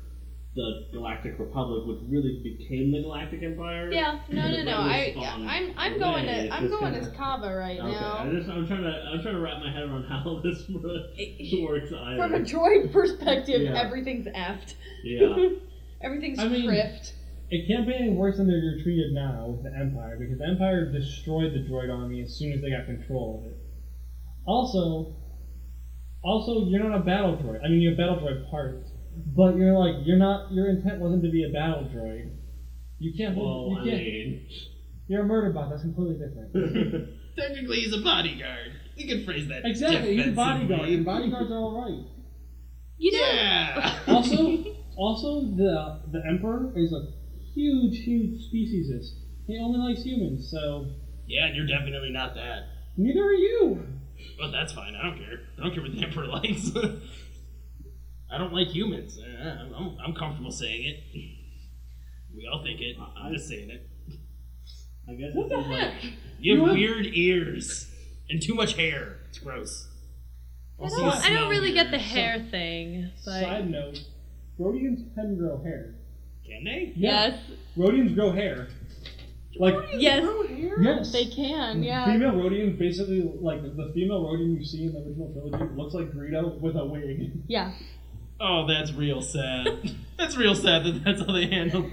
[SPEAKER 4] the Galactic Republic, which really became the Galactic Empire.
[SPEAKER 9] Yeah, no, no,
[SPEAKER 4] The
[SPEAKER 9] no.
[SPEAKER 4] rebels
[SPEAKER 9] I, yeah,
[SPEAKER 4] spawned
[SPEAKER 9] I'm, I'm
[SPEAKER 4] away.
[SPEAKER 9] going to,
[SPEAKER 4] It's
[SPEAKER 9] I'm
[SPEAKER 4] just
[SPEAKER 9] going
[SPEAKER 4] kinda-
[SPEAKER 9] as Kava right
[SPEAKER 4] Okay, I
[SPEAKER 9] now.
[SPEAKER 4] just, I'm trying to I'm trying to wrap my head around how this works
[SPEAKER 9] From a
[SPEAKER 4] either.
[SPEAKER 9] droid perspective,
[SPEAKER 4] Yeah.
[SPEAKER 9] everything's effed.
[SPEAKER 4] Yeah.
[SPEAKER 9] Everything's
[SPEAKER 5] I mean-
[SPEAKER 9] criffed.
[SPEAKER 5] It can't be any worse than they're treated now with the Empire, because the Empire destroyed the droid army as soon as they got control of it. Also, also you're not a battle droid. I mean, you have battle droid parts, but you're like you're not. Your intent wasn't to be a battle droid. You can't.
[SPEAKER 4] Well,
[SPEAKER 5] hold
[SPEAKER 4] I
[SPEAKER 5] you can't.
[SPEAKER 4] mean,
[SPEAKER 5] You're a murder bot. That's completely different.
[SPEAKER 3] Technically, he's a bodyguard. We could phrase that.
[SPEAKER 5] exactly. You're a
[SPEAKER 3] defensively.
[SPEAKER 5] bodyguard. And bodyguards are all right.
[SPEAKER 6] You know,
[SPEAKER 3] Yeah.
[SPEAKER 5] also, also the the emperor is a huge, huge speciesist. He only likes humans, so
[SPEAKER 3] yeah, and you're definitely not that.
[SPEAKER 5] neither are you.
[SPEAKER 3] Well, that's fine. I don't care. I don't care what the emperor likes. I don't like humans. Uh, I'm, I'm comfortable saying it. We all think it. I'm just saying it.
[SPEAKER 4] I guess what
[SPEAKER 6] Oh
[SPEAKER 4] the heck?
[SPEAKER 3] You have weird ears and too much hair. It's gross.
[SPEAKER 6] I
[SPEAKER 3] Also,
[SPEAKER 6] don't,
[SPEAKER 3] you
[SPEAKER 6] I don't
[SPEAKER 3] smell
[SPEAKER 6] really get the
[SPEAKER 3] weird.
[SPEAKER 6] hair thing. But
[SPEAKER 5] Side note: Rhodians can grow hair.
[SPEAKER 3] Can they?
[SPEAKER 6] yes,
[SPEAKER 5] Rhodians grow hair. Like
[SPEAKER 6] yes,
[SPEAKER 5] yes,
[SPEAKER 6] they can. Yeah.
[SPEAKER 5] female Rhodian basically like the female Rhodian you see in the original trilogy looks like Greedo with a wig.
[SPEAKER 6] Yeah.
[SPEAKER 3] Oh, that's real sad. that's real sad that that's how they handle.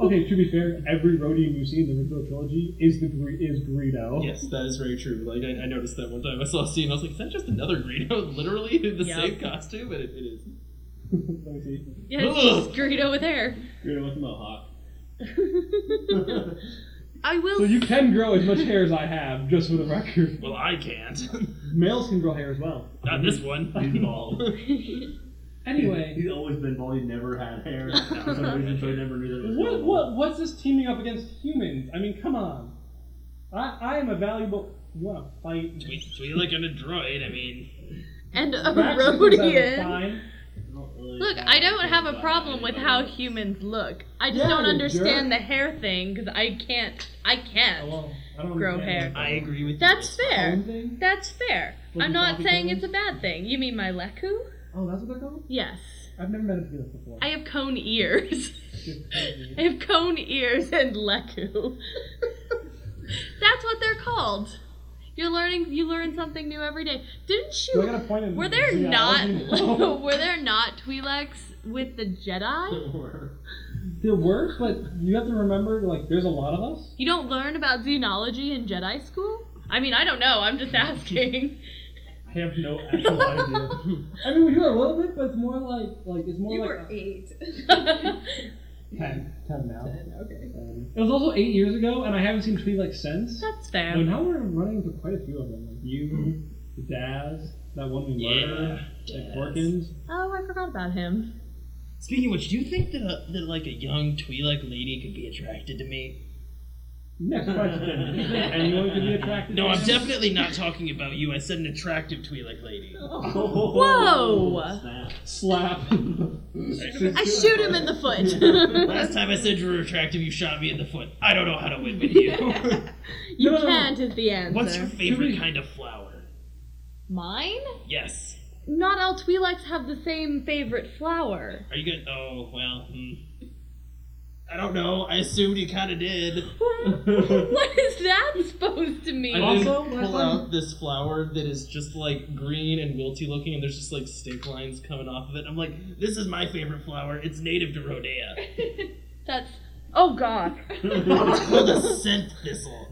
[SPEAKER 5] okay, to be fair, every Rhodian you see in the original trilogy is the Gre- is Greedo.
[SPEAKER 3] Yes, that is very true. Like I, I noticed that one time I saw a scene. I was like, "Is that just another Greedo? Literally in the
[SPEAKER 6] Yeah.
[SPEAKER 3] same costume?" And it, it is.
[SPEAKER 5] Let me see.
[SPEAKER 6] Yeah, it's
[SPEAKER 3] Ugh.
[SPEAKER 6] just Greedo with hair.
[SPEAKER 4] You're with the mohawk.
[SPEAKER 6] I will.
[SPEAKER 5] So you can grow as much hair as I have, just for the record.
[SPEAKER 3] Well, I can't.
[SPEAKER 5] Males can grow hair as well.
[SPEAKER 3] Not this one.
[SPEAKER 4] He's bald.
[SPEAKER 5] Anyway,
[SPEAKER 4] He's always been bald. He never had hair. For some reason, so I never knew that was
[SPEAKER 5] what,
[SPEAKER 4] going
[SPEAKER 5] what what's this teaming up against humans? I mean, come on. I I am a valuable. You want to fight?
[SPEAKER 3] we, we look at a droid. I mean,
[SPEAKER 6] and a
[SPEAKER 5] Max thinks I'm
[SPEAKER 6] Rhodian.
[SPEAKER 5] fine.
[SPEAKER 4] on. Not really
[SPEAKER 6] Look,
[SPEAKER 4] sure
[SPEAKER 6] I don't
[SPEAKER 4] what
[SPEAKER 6] have a
[SPEAKER 4] that
[SPEAKER 6] problem
[SPEAKER 4] is,
[SPEAKER 6] with
[SPEAKER 4] but-
[SPEAKER 6] how humans look. I just
[SPEAKER 5] Yeah,
[SPEAKER 6] don't
[SPEAKER 5] you
[SPEAKER 6] understand the hair thing because I can't. I
[SPEAKER 5] Oh,
[SPEAKER 6] can't.
[SPEAKER 5] well, I don't
[SPEAKER 6] Grow
[SPEAKER 5] understand
[SPEAKER 3] I agree with
[SPEAKER 6] That's
[SPEAKER 3] you.
[SPEAKER 6] fair.
[SPEAKER 5] Bone thing?
[SPEAKER 6] That's fair.
[SPEAKER 5] What
[SPEAKER 6] I'm
[SPEAKER 5] do
[SPEAKER 6] not
[SPEAKER 5] Bobby
[SPEAKER 6] saying
[SPEAKER 5] Bones?
[SPEAKER 6] it's a bad thing. You mean my leku?
[SPEAKER 5] Oh, that's what they're called.
[SPEAKER 6] Yes.
[SPEAKER 5] I've never met a penis before.
[SPEAKER 6] I have cone ears.
[SPEAKER 5] Just crazy.
[SPEAKER 6] I have cone ears and leku. That's what they're called. You're learning. You learn something new every day. Didn't
[SPEAKER 5] Do I get a
[SPEAKER 6] you?
[SPEAKER 5] point in
[SPEAKER 6] Were there not?
[SPEAKER 5] genealogy? No.
[SPEAKER 6] were there not Twi'leks with the Jedi?
[SPEAKER 5] there were, but you have to remember, like, there's a lot of us.
[SPEAKER 6] You don't learn about xenology in Jedi school? I mean, I don't know. I'm just asking.
[SPEAKER 5] I have no actual idea. I mean, we do a little bit, but it's more like, like it's more
[SPEAKER 8] You
[SPEAKER 5] like
[SPEAKER 8] were eight.
[SPEAKER 6] That's
[SPEAKER 5] ten, ten now.
[SPEAKER 8] okay.
[SPEAKER 5] Um, it was also eight years ago, and I haven't seen Tweet like since. But
[SPEAKER 6] fair.
[SPEAKER 5] now we're running into quite a few of them. Like you, Daz, that one we murdered, like Porkins.
[SPEAKER 6] Oh, I forgot about him.
[SPEAKER 3] Speaking of which, do you think that a, that like a young Twi'lek lady could be attracted to me?
[SPEAKER 5] Next question. You think Anyone could be attracted.
[SPEAKER 3] No,
[SPEAKER 5] to
[SPEAKER 3] I'm
[SPEAKER 5] him?
[SPEAKER 3] definitely not talking about you. I said an attractive Twi'lek lady.
[SPEAKER 6] Whoa!
[SPEAKER 4] Snap.
[SPEAKER 5] Oh. slap.
[SPEAKER 6] I shoot him in the foot.
[SPEAKER 3] Last time I said you were attractive, you shot me in the foot. I don't know how to win with you.
[SPEAKER 6] you
[SPEAKER 5] No, no, no.
[SPEAKER 6] can't is the answer.
[SPEAKER 3] What's your favorite kind of flower?
[SPEAKER 6] Mine?
[SPEAKER 3] Yes.
[SPEAKER 6] Not all Twi'leks have the same favorite flower.
[SPEAKER 3] Are you gonna? Oh well. Hmm. I don't know. I assumed you kind of did.
[SPEAKER 6] what is that supposed to mean?
[SPEAKER 3] I did
[SPEAKER 5] Also, last
[SPEAKER 3] pull
[SPEAKER 5] time-
[SPEAKER 3] out this flower that is just like green and wilty looking, and there's just like stink lines coming off of it. I'm like, this is my favorite flower. It's native to Rodea.
[SPEAKER 6] That's. Oh, God.
[SPEAKER 3] It's called a scent thistle.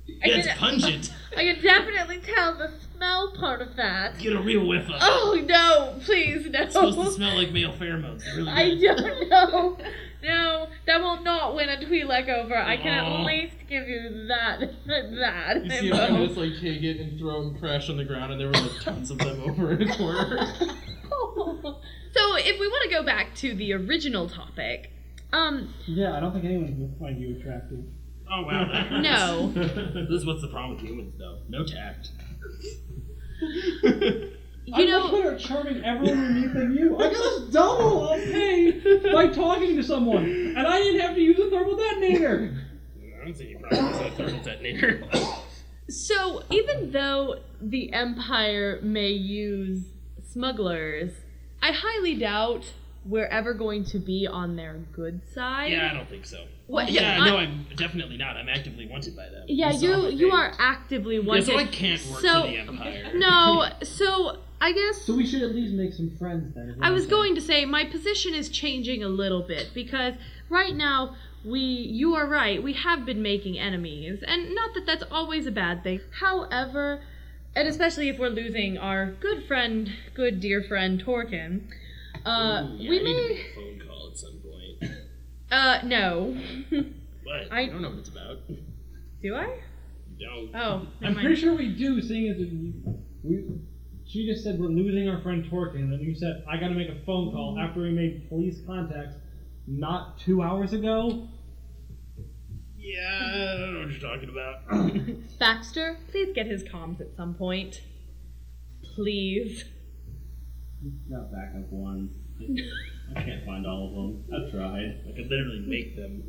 [SPEAKER 3] Yeah, it's
[SPEAKER 6] did it.
[SPEAKER 3] pungent.
[SPEAKER 6] I can definitely tell the smell part of that.
[SPEAKER 3] Get a real whiff of. it.
[SPEAKER 6] Oh, no. Please, no.
[SPEAKER 3] It's supposed to smell like male pheromones. They're Really
[SPEAKER 6] I
[SPEAKER 3] good.
[SPEAKER 6] don't know. No, that will not win a Twi'lek over. I can
[SPEAKER 3] Aw.
[SPEAKER 6] at least give you that. that.
[SPEAKER 3] You see him trying to just like take it and throw and crash on the ground, and there were like tons of them over in a corner.
[SPEAKER 6] so if we want to go back to the original topic, um,
[SPEAKER 5] yeah, I don't think anyone would find you attractive.
[SPEAKER 3] Oh wow.
[SPEAKER 6] no.
[SPEAKER 3] this is what's the problem with humans, though. No tact.
[SPEAKER 6] You
[SPEAKER 5] I'm
[SPEAKER 6] know,
[SPEAKER 5] much better at charming everyone we meet than you. I got this double of pay by talking to someone, and I didn't have to use a thermal detonator.
[SPEAKER 3] I don't see any problem with that thermal detonator.
[SPEAKER 6] so even though the Empire may use smugglers I highly doubt we're ever going to be on their good side.
[SPEAKER 3] Yeah, I don't think so.
[SPEAKER 6] What-
[SPEAKER 3] yeah,
[SPEAKER 6] yeah,
[SPEAKER 3] no,
[SPEAKER 6] I-
[SPEAKER 3] I'm definitely not. I'm actively wanted by them.
[SPEAKER 6] Yeah,
[SPEAKER 3] That's all
[SPEAKER 6] you
[SPEAKER 3] I
[SPEAKER 6] you
[SPEAKER 3] think.
[SPEAKER 6] are actively
[SPEAKER 3] Yeah,
[SPEAKER 6] wanted.
[SPEAKER 3] so I can't work
[SPEAKER 6] So-
[SPEAKER 3] for the Empire.
[SPEAKER 6] no, so I guess
[SPEAKER 5] So we should at least make some friends then. is what
[SPEAKER 6] I
[SPEAKER 5] I'm
[SPEAKER 6] was
[SPEAKER 5] saying.
[SPEAKER 6] going to say my position is changing a little bit because right now we you are right we have been making enemies and not that that's always a bad thing. However, and especially if we're losing our good friend, good dear friend Torkin, uh,
[SPEAKER 3] Ooh, yeah,
[SPEAKER 6] we
[SPEAKER 3] I need to
[SPEAKER 6] may
[SPEAKER 3] make a phone call at some point.
[SPEAKER 6] uh no.
[SPEAKER 3] But
[SPEAKER 6] I-
[SPEAKER 3] I don't know what it's about.
[SPEAKER 6] Do I?
[SPEAKER 3] No.
[SPEAKER 6] Oh,
[SPEAKER 5] I'm
[SPEAKER 6] never
[SPEAKER 5] pretty
[SPEAKER 6] mind.
[SPEAKER 5] sure we do, seeing as we, we. She just said we're losing our friend Torkin, and you said I got to make a phone call
[SPEAKER 6] Mm-hmm.
[SPEAKER 5] after we made police contacts, not two hours ago.
[SPEAKER 3] Yeah, I don't know what you're talking about.
[SPEAKER 6] Baxter, please get his comms at some point. Please.
[SPEAKER 4] Not backup ones. I can't find all of them. I've tried.
[SPEAKER 3] I could literally make them.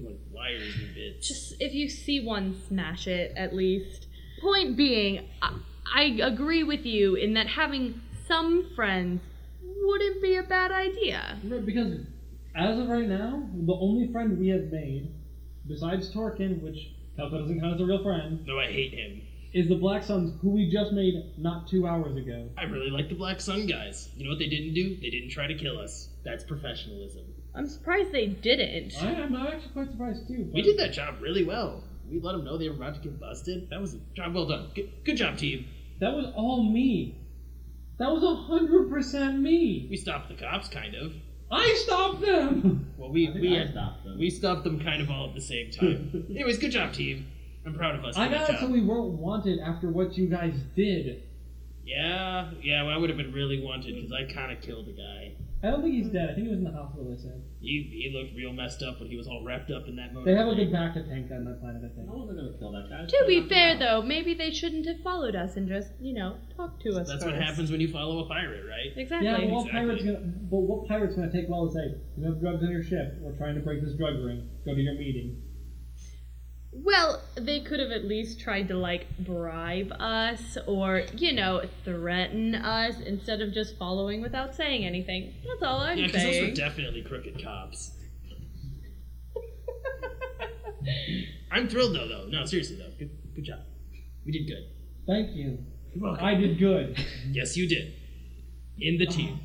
[SPEAKER 3] like liars and bits.
[SPEAKER 6] just if you see one, smash it at least. Point being, I, I agree with you in that having some friends wouldn't be a bad idea.
[SPEAKER 5] Right, Because as of right now, the only friend we have made, besides Torkin, which Kelko doesn't count as a real friend,
[SPEAKER 3] No, I hate him.
[SPEAKER 5] is the Black Suns, who we just made not two hours ago.
[SPEAKER 3] I really like the Black Sun guys. You know what they didn't do? They didn't try to kill us. That's professionalism.
[SPEAKER 6] I'm surprised they didn't.
[SPEAKER 5] I, I'm actually quite surprised too.
[SPEAKER 3] We
[SPEAKER 5] but-
[SPEAKER 3] did that job really well. We let them know they were about to get busted. That was a job well done. Good, good job, team.
[SPEAKER 5] That was all me. That was a hundred percent me.
[SPEAKER 3] We stopped the cops, kind of.
[SPEAKER 5] I stopped them.
[SPEAKER 3] Well, we we
[SPEAKER 4] I
[SPEAKER 3] had,
[SPEAKER 4] stopped them.
[SPEAKER 3] we stopped them kind of all at the same time. Anyways, good job, team. I'm proud of us.
[SPEAKER 5] I
[SPEAKER 3] for that
[SPEAKER 5] got it so
[SPEAKER 3] job.
[SPEAKER 5] we weren't wanted after what you guys did.
[SPEAKER 3] Yeah, yeah. Well, I would have been really wanted because I kind of killed a guy.
[SPEAKER 5] I don't think he's dead. I think he was in the hospital. They said
[SPEAKER 3] He he looked real messed up when he was all wrapped up in that motor.
[SPEAKER 5] they have like a
[SPEAKER 3] thing.
[SPEAKER 5] backup tank on that planet. I think.
[SPEAKER 4] How was I gonna kill that guy?
[SPEAKER 6] To be fair, though, maybe they shouldn't have followed us and just, you know, talked to us.
[SPEAKER 3] That's
[SPEAKER 6] first.
[SPEAKER 3] what happens when you follow a pirate, right?
[SPEAKER 6] Exactly.
[SPEAKER 5] Yeah, but what
[SPEAKER 3] Exactly.
[SPEAKER 5] pirate's gonna? But what pirate's gonna take well and say, "You have drugs on your ship. We're trying to break this drug ring. Go to your meeting."
[SPEAKER 6] Well, they could have at least tried to like bribe us or, you know, threaten us instead of just following without saying anything. That's all I'm
[SPEAKER 3] Yeah, because those were
[SPEAKER 6] saying.
[SPEAKER 3] definitely crooked cops. I'm thrilled though, though. No, seriously though. Good, good job. We did good.
[SPEAKER 5] Thank you.
[SPEAKER 3] You're welcome.
[SPEAKER 5] I did good.
[SPEAKER 3] Yes, you did. In the team.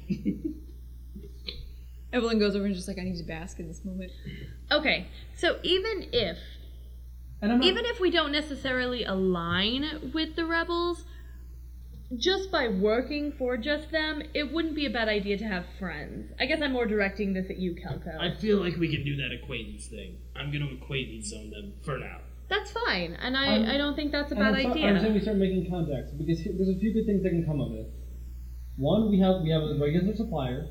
[SPEAKER 2] Evelyn goes over and just like, I need to bask in this moment.
[SPEAKER 6] okay, so even if
[SPEAKER 5] And I'm not,
[SPEAKER 6] even if we don't necessarily align with the rebels, just by working for just them, it wouldn't be a bad idea to have friends. I guess I'm more directing this at you, Kelko.
[SPEAKER 3] I feel like we can do that acquaintance thing. I'm gonna acquaintance zone them for now.
[SPEAKER 6] That's fine, and
[SPEAKER 5] I'm-
[SPEAKER 6] I, I don't think that's a
[SPEAKER 5] And
[SPEAKER 6] bad
[SPEAKER 5] I'm so-
[SPEAKER 6] idea.
[SPEAKER 5] I'm saying we start making contacts because he- there's a few good things that can come of it. One, we have we have a regular supplier.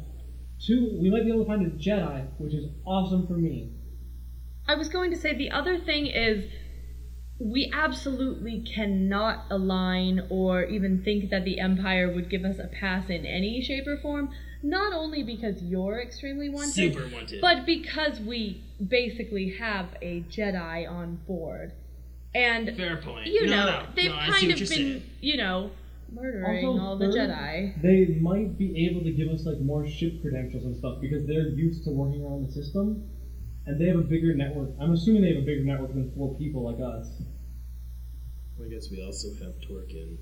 [SPEAKER 5] Two, we might be able to find a Jedi, which is awesome for me.
[SPEAKER 6] I was going to say the other thing is we absolutely cannot align or even think that the Empire would give us a pass in any shape or form, not only because you're extremely wanted,
[SPEAKER 3] Super wanted.
[SPEAKER 6] but because we basically have a Jedi on board. And,
[SPEAKER 3] Fair point.
[SPEAKER 6] you
[SPEAKER 3] no,
[SPEAKER 6] know,
[SPEAKER 3] no,
[SPEAKER 6] they've
[SPEAKER 3] no, I see
[SPEAKER 6] kind
[SPEAKER 3] what
[SPEAKER 6] of
[SPEAKER 3] you're
[SPEAKER 6] been,
[SPEAKER 3] saying.
[SPEAKER 6] you know, murdering
[SPEAKER 5] Also,
[SPEAKER 6] all the
[SPEAKER 5] third,
[SPEAKER 6] Jedi.
[SPEAKER 5] They might be able to give us like more ship credentials and stuff because they're used to working around the system, and they have a bigger network. I'm assuming they have a bigger network than four people like us.
[SPEAKER 3] I guess we also have Torkin.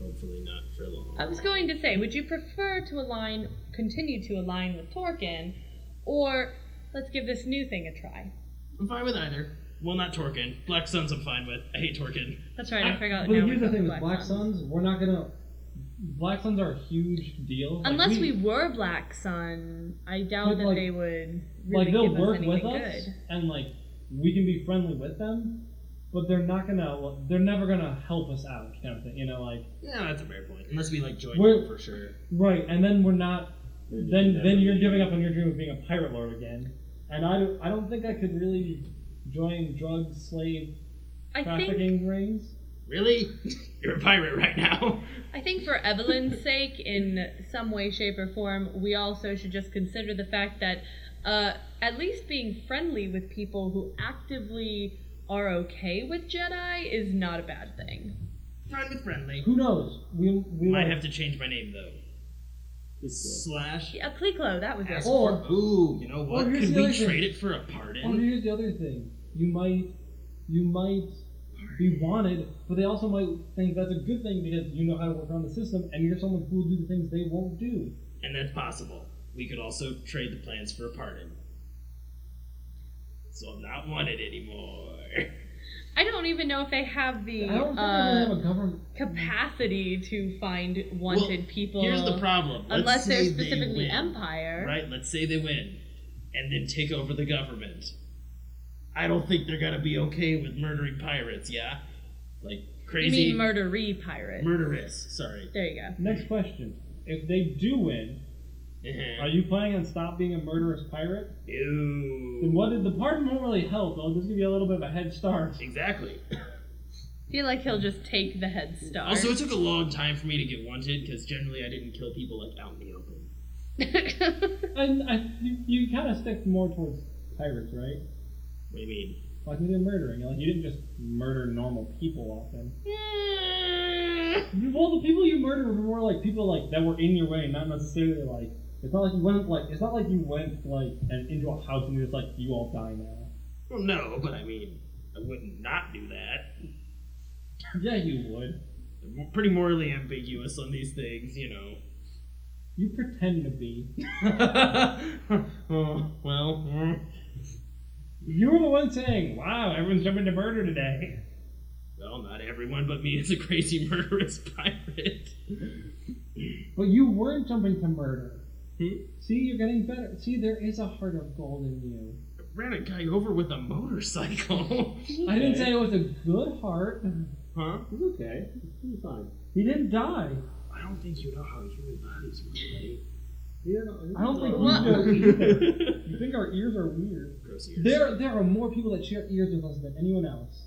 [SPEAKER 3] Hopefully not for long.
[SPEAKER 6] I was going to say, would you prefer to align, continue to align with Torkin, or let's give this new thing a try?
[SPEAKER 3] I'm fine with either. Well, not Torkin. Black Suns, I'm fine with. I hate Torkin.
[SPEAKER 6] That's right, I, forgot.
[SPEAKER 5] But
[SPEAKER 6] now
[SPEAKER 5] here's
[SPEAKER 6] we're
[SPEAKER 5] the thing: with
[SPEAKER 6] talking
[SPEAKER 5] Black Suns, we're not gonna. Black Suns are a huge deal. Like,
[SPEAKER 6] Unless we were Black Sun, I doubt
[SPEAKER 5] But,
[SPEAKER 6] that
[SPEAKER 5] like-
[SPEAKER 6] they would really
[SPEAKER 5] like they'll
[SPEAKER 6] give
[SPEAKER 5] work
[SPEAKER 6] us
[SPEAKER 5] with
[SPEAKER 6] anything
[SPEAKER 5] us
[SPEAKER 6] good.
[SPEAKER 5] and like we can be friendly with them but they're not gonna they're never gonna help us out kind of thing you know like
[SPEAKER 3] Yeah, that's a fair point. Unless we like join
[SPEAKER 5] We're-
[SPEAKER 3] them for sure.
[SPEAKER 5] right and then we're not then
[SPEAKER 4] never
[SPEAKER 5] then you're
[SPEAKER 4] leave.
[SPEAKER 5] giving up on your dream of being a pirate lord again and i don't, I don't think i could really join drug slave
[SPEAKER 6] I think,
[SPEAKER 5] trafficking rings
[SPEAKER 3] Really? You're a pirate right now.
[SPEAKER 6] I think for Evelyn's sake, in some way, shape, or form, we also should just consider the fact that uh, at least being friendly with people who actively are okay with Jedi is not a bad thing.
[SPEAKER 3] Friend with friendly.
[SPEAKER 5] who knows we we
[SPEAKER 3] Might
[SPEAKER 5] might-
[SPEAKER 3] have to change my name though. slash.
[SPEAKER 6] Yeah, Cliclo, that was
[SPEAKER 3] Ask
[SPEAKER 6] it.
[SPEAKER 3] for, ooh, you know what?
[SPEAKER 5] Oh, here's
[SPEAKER 3] Could
[SPEAKER 5] the
[SPEAKER 3] we
[SPEAKER 5] other thing.
[SPEAKER 3] trade it for a pardon?
[SPEAKER 5] Oh, here's the other thing. You might, you might be wanted, but they also might think that's a good thing because you know how to work around the system, and you're someone who will do the things they won't do.
[SPEAKER 3] And that's possible. We could also trade the plans for a pardon. So I'm not wanted anymore.
[SPEAKER 6] I don't even know if they have the
[SPEAKER 5] I don't think
[SPEAKER 6] uh,
[SPEAKER 5] they really have a government.
[SPEAKER 6] capacity to find wanted
[SPEAKER 3] Well,
[SPEAKER 6] people.
[SPEAKER 3] Here's the problem. Let's
[SPEAKER 6] Unless they're
[SPEAKER 3] say they
[SPEAKER 6] specifically
[SPEAKER 3] win,
[SPEAKER 6] Empire.
[SPEAKER 3] Right? Let's say they win and then take over the government. I don't think they're going to be okay with murdering pirates, yeah? Like
[SPEAKER 6] You
[SPEAKER 3] crazy
[SPEAKER 6] mean murderee pirate.
[SPEAKER 3] murderous, sorry.
[SPEAKER 6] there you go.
[SPEAKER 5] Next question: If they do win,
[SPEAKER 3] Uh-huh.
[SPEAKER 5] are you planning on stop being a murderous pirate? Then
[SPEAKER 3] Ew.
[SPEAKER 5] what did the pardon won't really help? I'll just give you a little bit of a head start.
[SPEAKER 3] Exactly.
[SPEAKER 6] feel like he'll just take the head start.
[SPEAKER 3] Also, it took a long time for me to get wanted because generally I didn't kill people like out in the open.
[SPEAKER 5] And I, you, you kind of stick more towards pirates, right?
[SPEAKER 3] What do you mean?
[SPEAKER 5] Like you did murdering. Like you didn't just murder normal people off them. Well, the people you murdered were more like people like that were in your way, not necessarily like. It's not like you went like it's not like you went like and into a house and you're just like you all die now.
[SPEAKER 3] Well, no, but I mean, I wouldn't not do that.
[SPEAKER 5] Yeah, you would.
[SPEAKER 3] I'm mo- pretty morally ambiguous on these things, you know.
[SPEAKER 5] You pretend to be.
[SPEAKER 3] oh, well, mm.
[SPEAKER 5] You were the one saying, "Wow, everyone's jumping to murder today."
[SPEAKER 3] well, not everyone but me is a crazy murderous pirate.
[SPEAKER 5] But you weren't jumping to murder.
[SPEAKER 3] Hmm?
[SPEAKER 5] See, you're getting better. See, there is a heart of gold in
[SPEAKER 3] I
[SPEAKER 5] you.
[SPEAKER 3] ran a guy over with a motorcycle.
[SPEAKER 5] I didn't say it was a good heart.
[SPEAKER 3] huh?
[SPEAKER 4] It's okay. It's fine.
[SPEAKER 5] He didn't die.
[SPEAKER 3] I don't think you know how human bodies work.
[SPEAKER 4] Yeah, no,
[SPEAKER 5] I don't think
[SPEAKER 4] Well,
[SPEAKER 5] we do either. You think our ears are weird?
[SPEAKER 3] Gross ears.
[SPEAKER 5] There, there are more people that share ears with us than anyone else.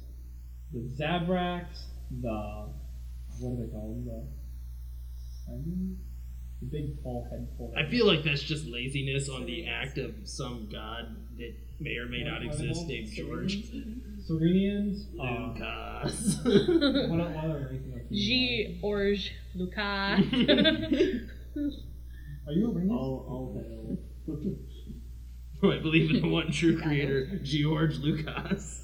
[SPEAKER 5] The Zabraks, the what do they call them? The Simon? the big tall head full.
[SPEAKER 3] I feel like that's just laziness on the act of some god that may or may not exist named George
[SPEAKER 5] Serenians. Uh,
[SPEAKER 3] Lucas.
[SPEAKER 5] what what other races are
[SPEAKER 6] G. Orge Luca.
[SPEAKER 5] Are you a
[SPEAKER 4] Oh,
[SPEAKER 5] Renian?
[SPEAKER 4] all, all hail.
[SPEAKER 3] Who I believe in the one true creator, George Lucas.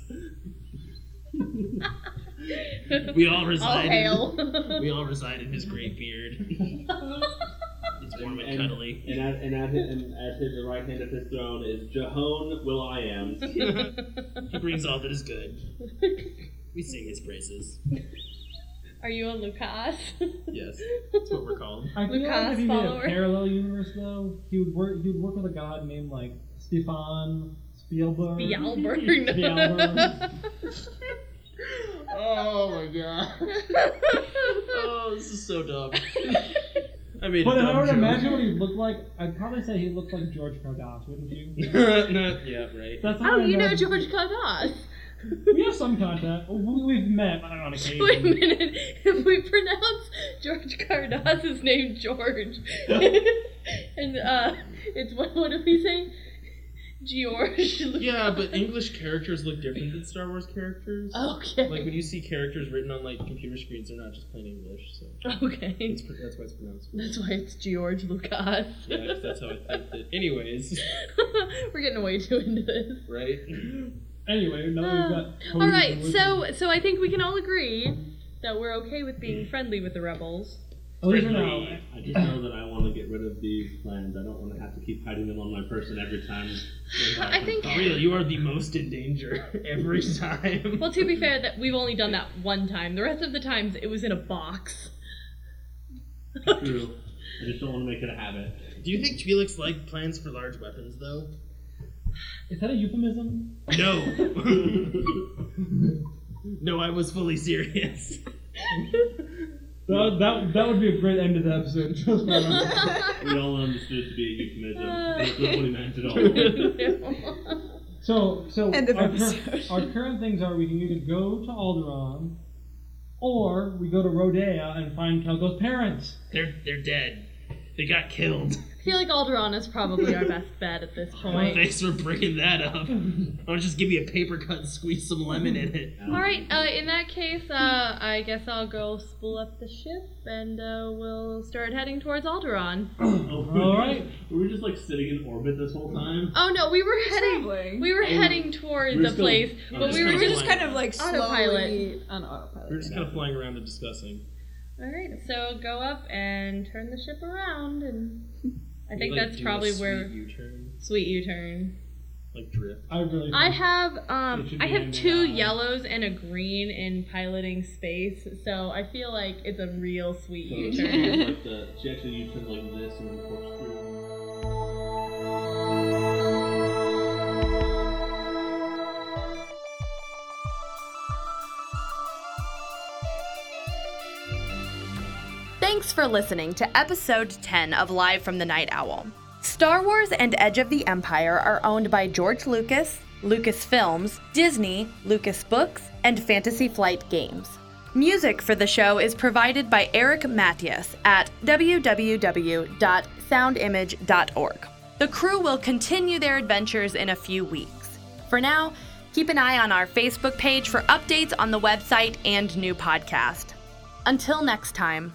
[SPEAKER 3] we all
[SPEAKER 6] All
[SPEAKER 3] reside.
[SPEAKER 6] hail.
[SPEAKER 3] In, we all reside in his great beard. it's warm and,
[SPEAKER 4] and,
[SPEAKER 3] cuddly.
[SPEAKER 4] And at, and, at his, and at his right hand of his throne is Jehon Will I Am.
[SPEAKER 3] He brings all that is good. We sing his praises.
[SPEAKER 6] Are you a Lucas?
[SPEAKER 3] Yes, that's what we're called.
[SPEAKER 5] I feel like
[SPEAKER 6] Lucas
[SPEAKER 5] if he made a
[SPEAKER 6] follower.
[SPEAKER 5] parallel universe though, he would work. He would work with a god named like Stefan Spielberg. Spielberg.
[SPEAKER 6] Bialburn.
[SPEAKER 3] Oh my god. Oh, this is so dumb. I mean,
[SPEAKER 5] But if I were to
[SPEAKER 3] joke.
[SPEAKER 5] imagine what he looked like, I'd probably say he looked like George Kardas, wouldn't you?
[SPEAKER 3] No, yeah, right.
[SPEAKER 5] That's how
[SPEAKER 6] oh,
[SPEAKER 5] I
[SPEAKER 6] you know
[SPEAKER 5] imagine-
[SPEAKER 6] George Cardas.
[SPEAKER 5] We have some contact. We- We've met on occasion.
[SPEAKER 6] Wait a minute. If we pronounce George Cardas' name George, and uh, it's what? What did we say? George.
[SPEAKER 3] Yeah, but English characters look different than Star Wars characters.
[SPEAKER 6] Okay.
[SPEAKER 3] Like when you see characters written on like computer screens, they're not just plain English. So
[SPEAKER 6] okay.
[SPEAKER 3] it's, pr- that's why it's pronounced.
[SPEAKER 6] That's why it's George Lucas.
[SPEAKER 3] Yeah, 'cause that's how I think that. Anyways,
[SPEAKER 6] We're getting way too into this.
[SPEAKER 3] right?
[SPEAKER 5] Anyway, now we've got. Cody
[SPEAKER 6] Ah. all right,
[SPEAKER 5] Lewis.
[SPEAKER 6] so so I think we can all agree that we're okay with being friendly with the rebels.
[SPEAKER 5] At
[SPEAKER 3] Oh,
[SPEAKER 5] least for now.
[SPEAKER 4] I just know that I want to get rid of these plans. I don't want to have to keep hiding them on my person every time.
[SPEAKER 6] I think.
[SPEAKER 3] For real, you are the most in danger every time.
[SPEAKER 6] Well, to be fair, that we've only done that one time. The rest of the times, it was in a box.
[SPEAKER 4] True. I just don't want to make it a habit.
[SPEAKER 3] Do you think Felix liked plans for large weapons though?
[SPEAKER 5] Is that a euphemism?
[SPEAKER 3] No. no, I was fully serious.
[SPEAKER 5] That, that, that would be a great end of the episode. Just for now.
[SPEAKER 4] We all understood it to be a euphemism. That's not what he meant at all.
[SPEAKER 5] so, so
[SPEAKER 2] End of
[SPEAKER 5] our,
[SPEAKER 2] episode.
[SPEAKER 5] our current things are we can either go to Alderaan, or we go to Rodea and find Kelgo's parents.
[SPEAKER 3] They're they're dead. They got killed.
[SPEAKER 6] I feel like Alderaan is probably our best bet at this point.
[SPEAKER 3] Thanks for bringing that up. I'll just give you a paper cut and squeeze some lemon in it.
[SPEAKER 6] All right. Uh, in that case, uh, I guess I'll go spool up the ship, and uh, we'll start heading towards Alderaan.
[SPEAKER 4] All right. We were just like sitting in orbit this whole time.
[SPEAKER 6] Oh no, we were heading.
[SPEAKER 8] Traveling.
[SPEAKER 6] We were heading towards
[SPEAKER 4] We're
[SPEAKER 6] the
[SPEAKER 4] still-
[SPEAKER 6] place,
[SPEAKER 4] no,
[SPEAKER 6] but
[SPEAKER 4] just
[SPEAKER 6] we were
[SPEAKER 8] We were
[SPEAKER 6] just.
[SPEAKER 8] just kind of like
[SPEAKER 6] Autopilot.
[SPEAKER 8] slowly on autopilot.
[SPEAKER 4] We were just kind of flying around and discussing.
[SPEAKER 6] All right. So go up and turn the ship around, and I think
[SPEAKER 3] Like,
[SPEAKER 6] that's
[SPEAKER 3] do a
[SPEAKER 6] probably
[SPEAKER 3] sweet
[SPEAKER 6] where
[SPEAKER 3] U-turn,
[SPEAKER 6] sweet U-turn.
[SPEAKER 3] like drift.
[SPEAKER 5] I really.
[SPEAKER 6] I have um
[SPEAKER 5] It should
[SPEAKER 6] I
[SPEAKER 5] be
[SPEAKER 6] have
[SPEAKER 5] in the
[SPEAKER 6] two
[SPEAKER 5] eye.
[SPEAKER 6] yellows and a green in piloting space, so I feel like it's a real sweet
[SPEAKER 4] So
[SPEAKER 6] U
[SPEAKER 4] she
[SPEAKER 6] turn.
[SPEAKER 4] did, like the, she actually used it like this and then corkscrew.
[SPEAKER 1] Thanks for listening to episode 10 of Live from the Night Owl. Star Wars and Edge of the Empire are owned by George Lucas, Lucas Films, Disney, Lucas Books, and Fantasy Flight Games. Music for the show is provided by Eric Matthias at www.soundimage.org. The crew will continue their adventures in a few weeks. For now, keep an eye on our Facebook page for updates on the website and new podcast. Until next time.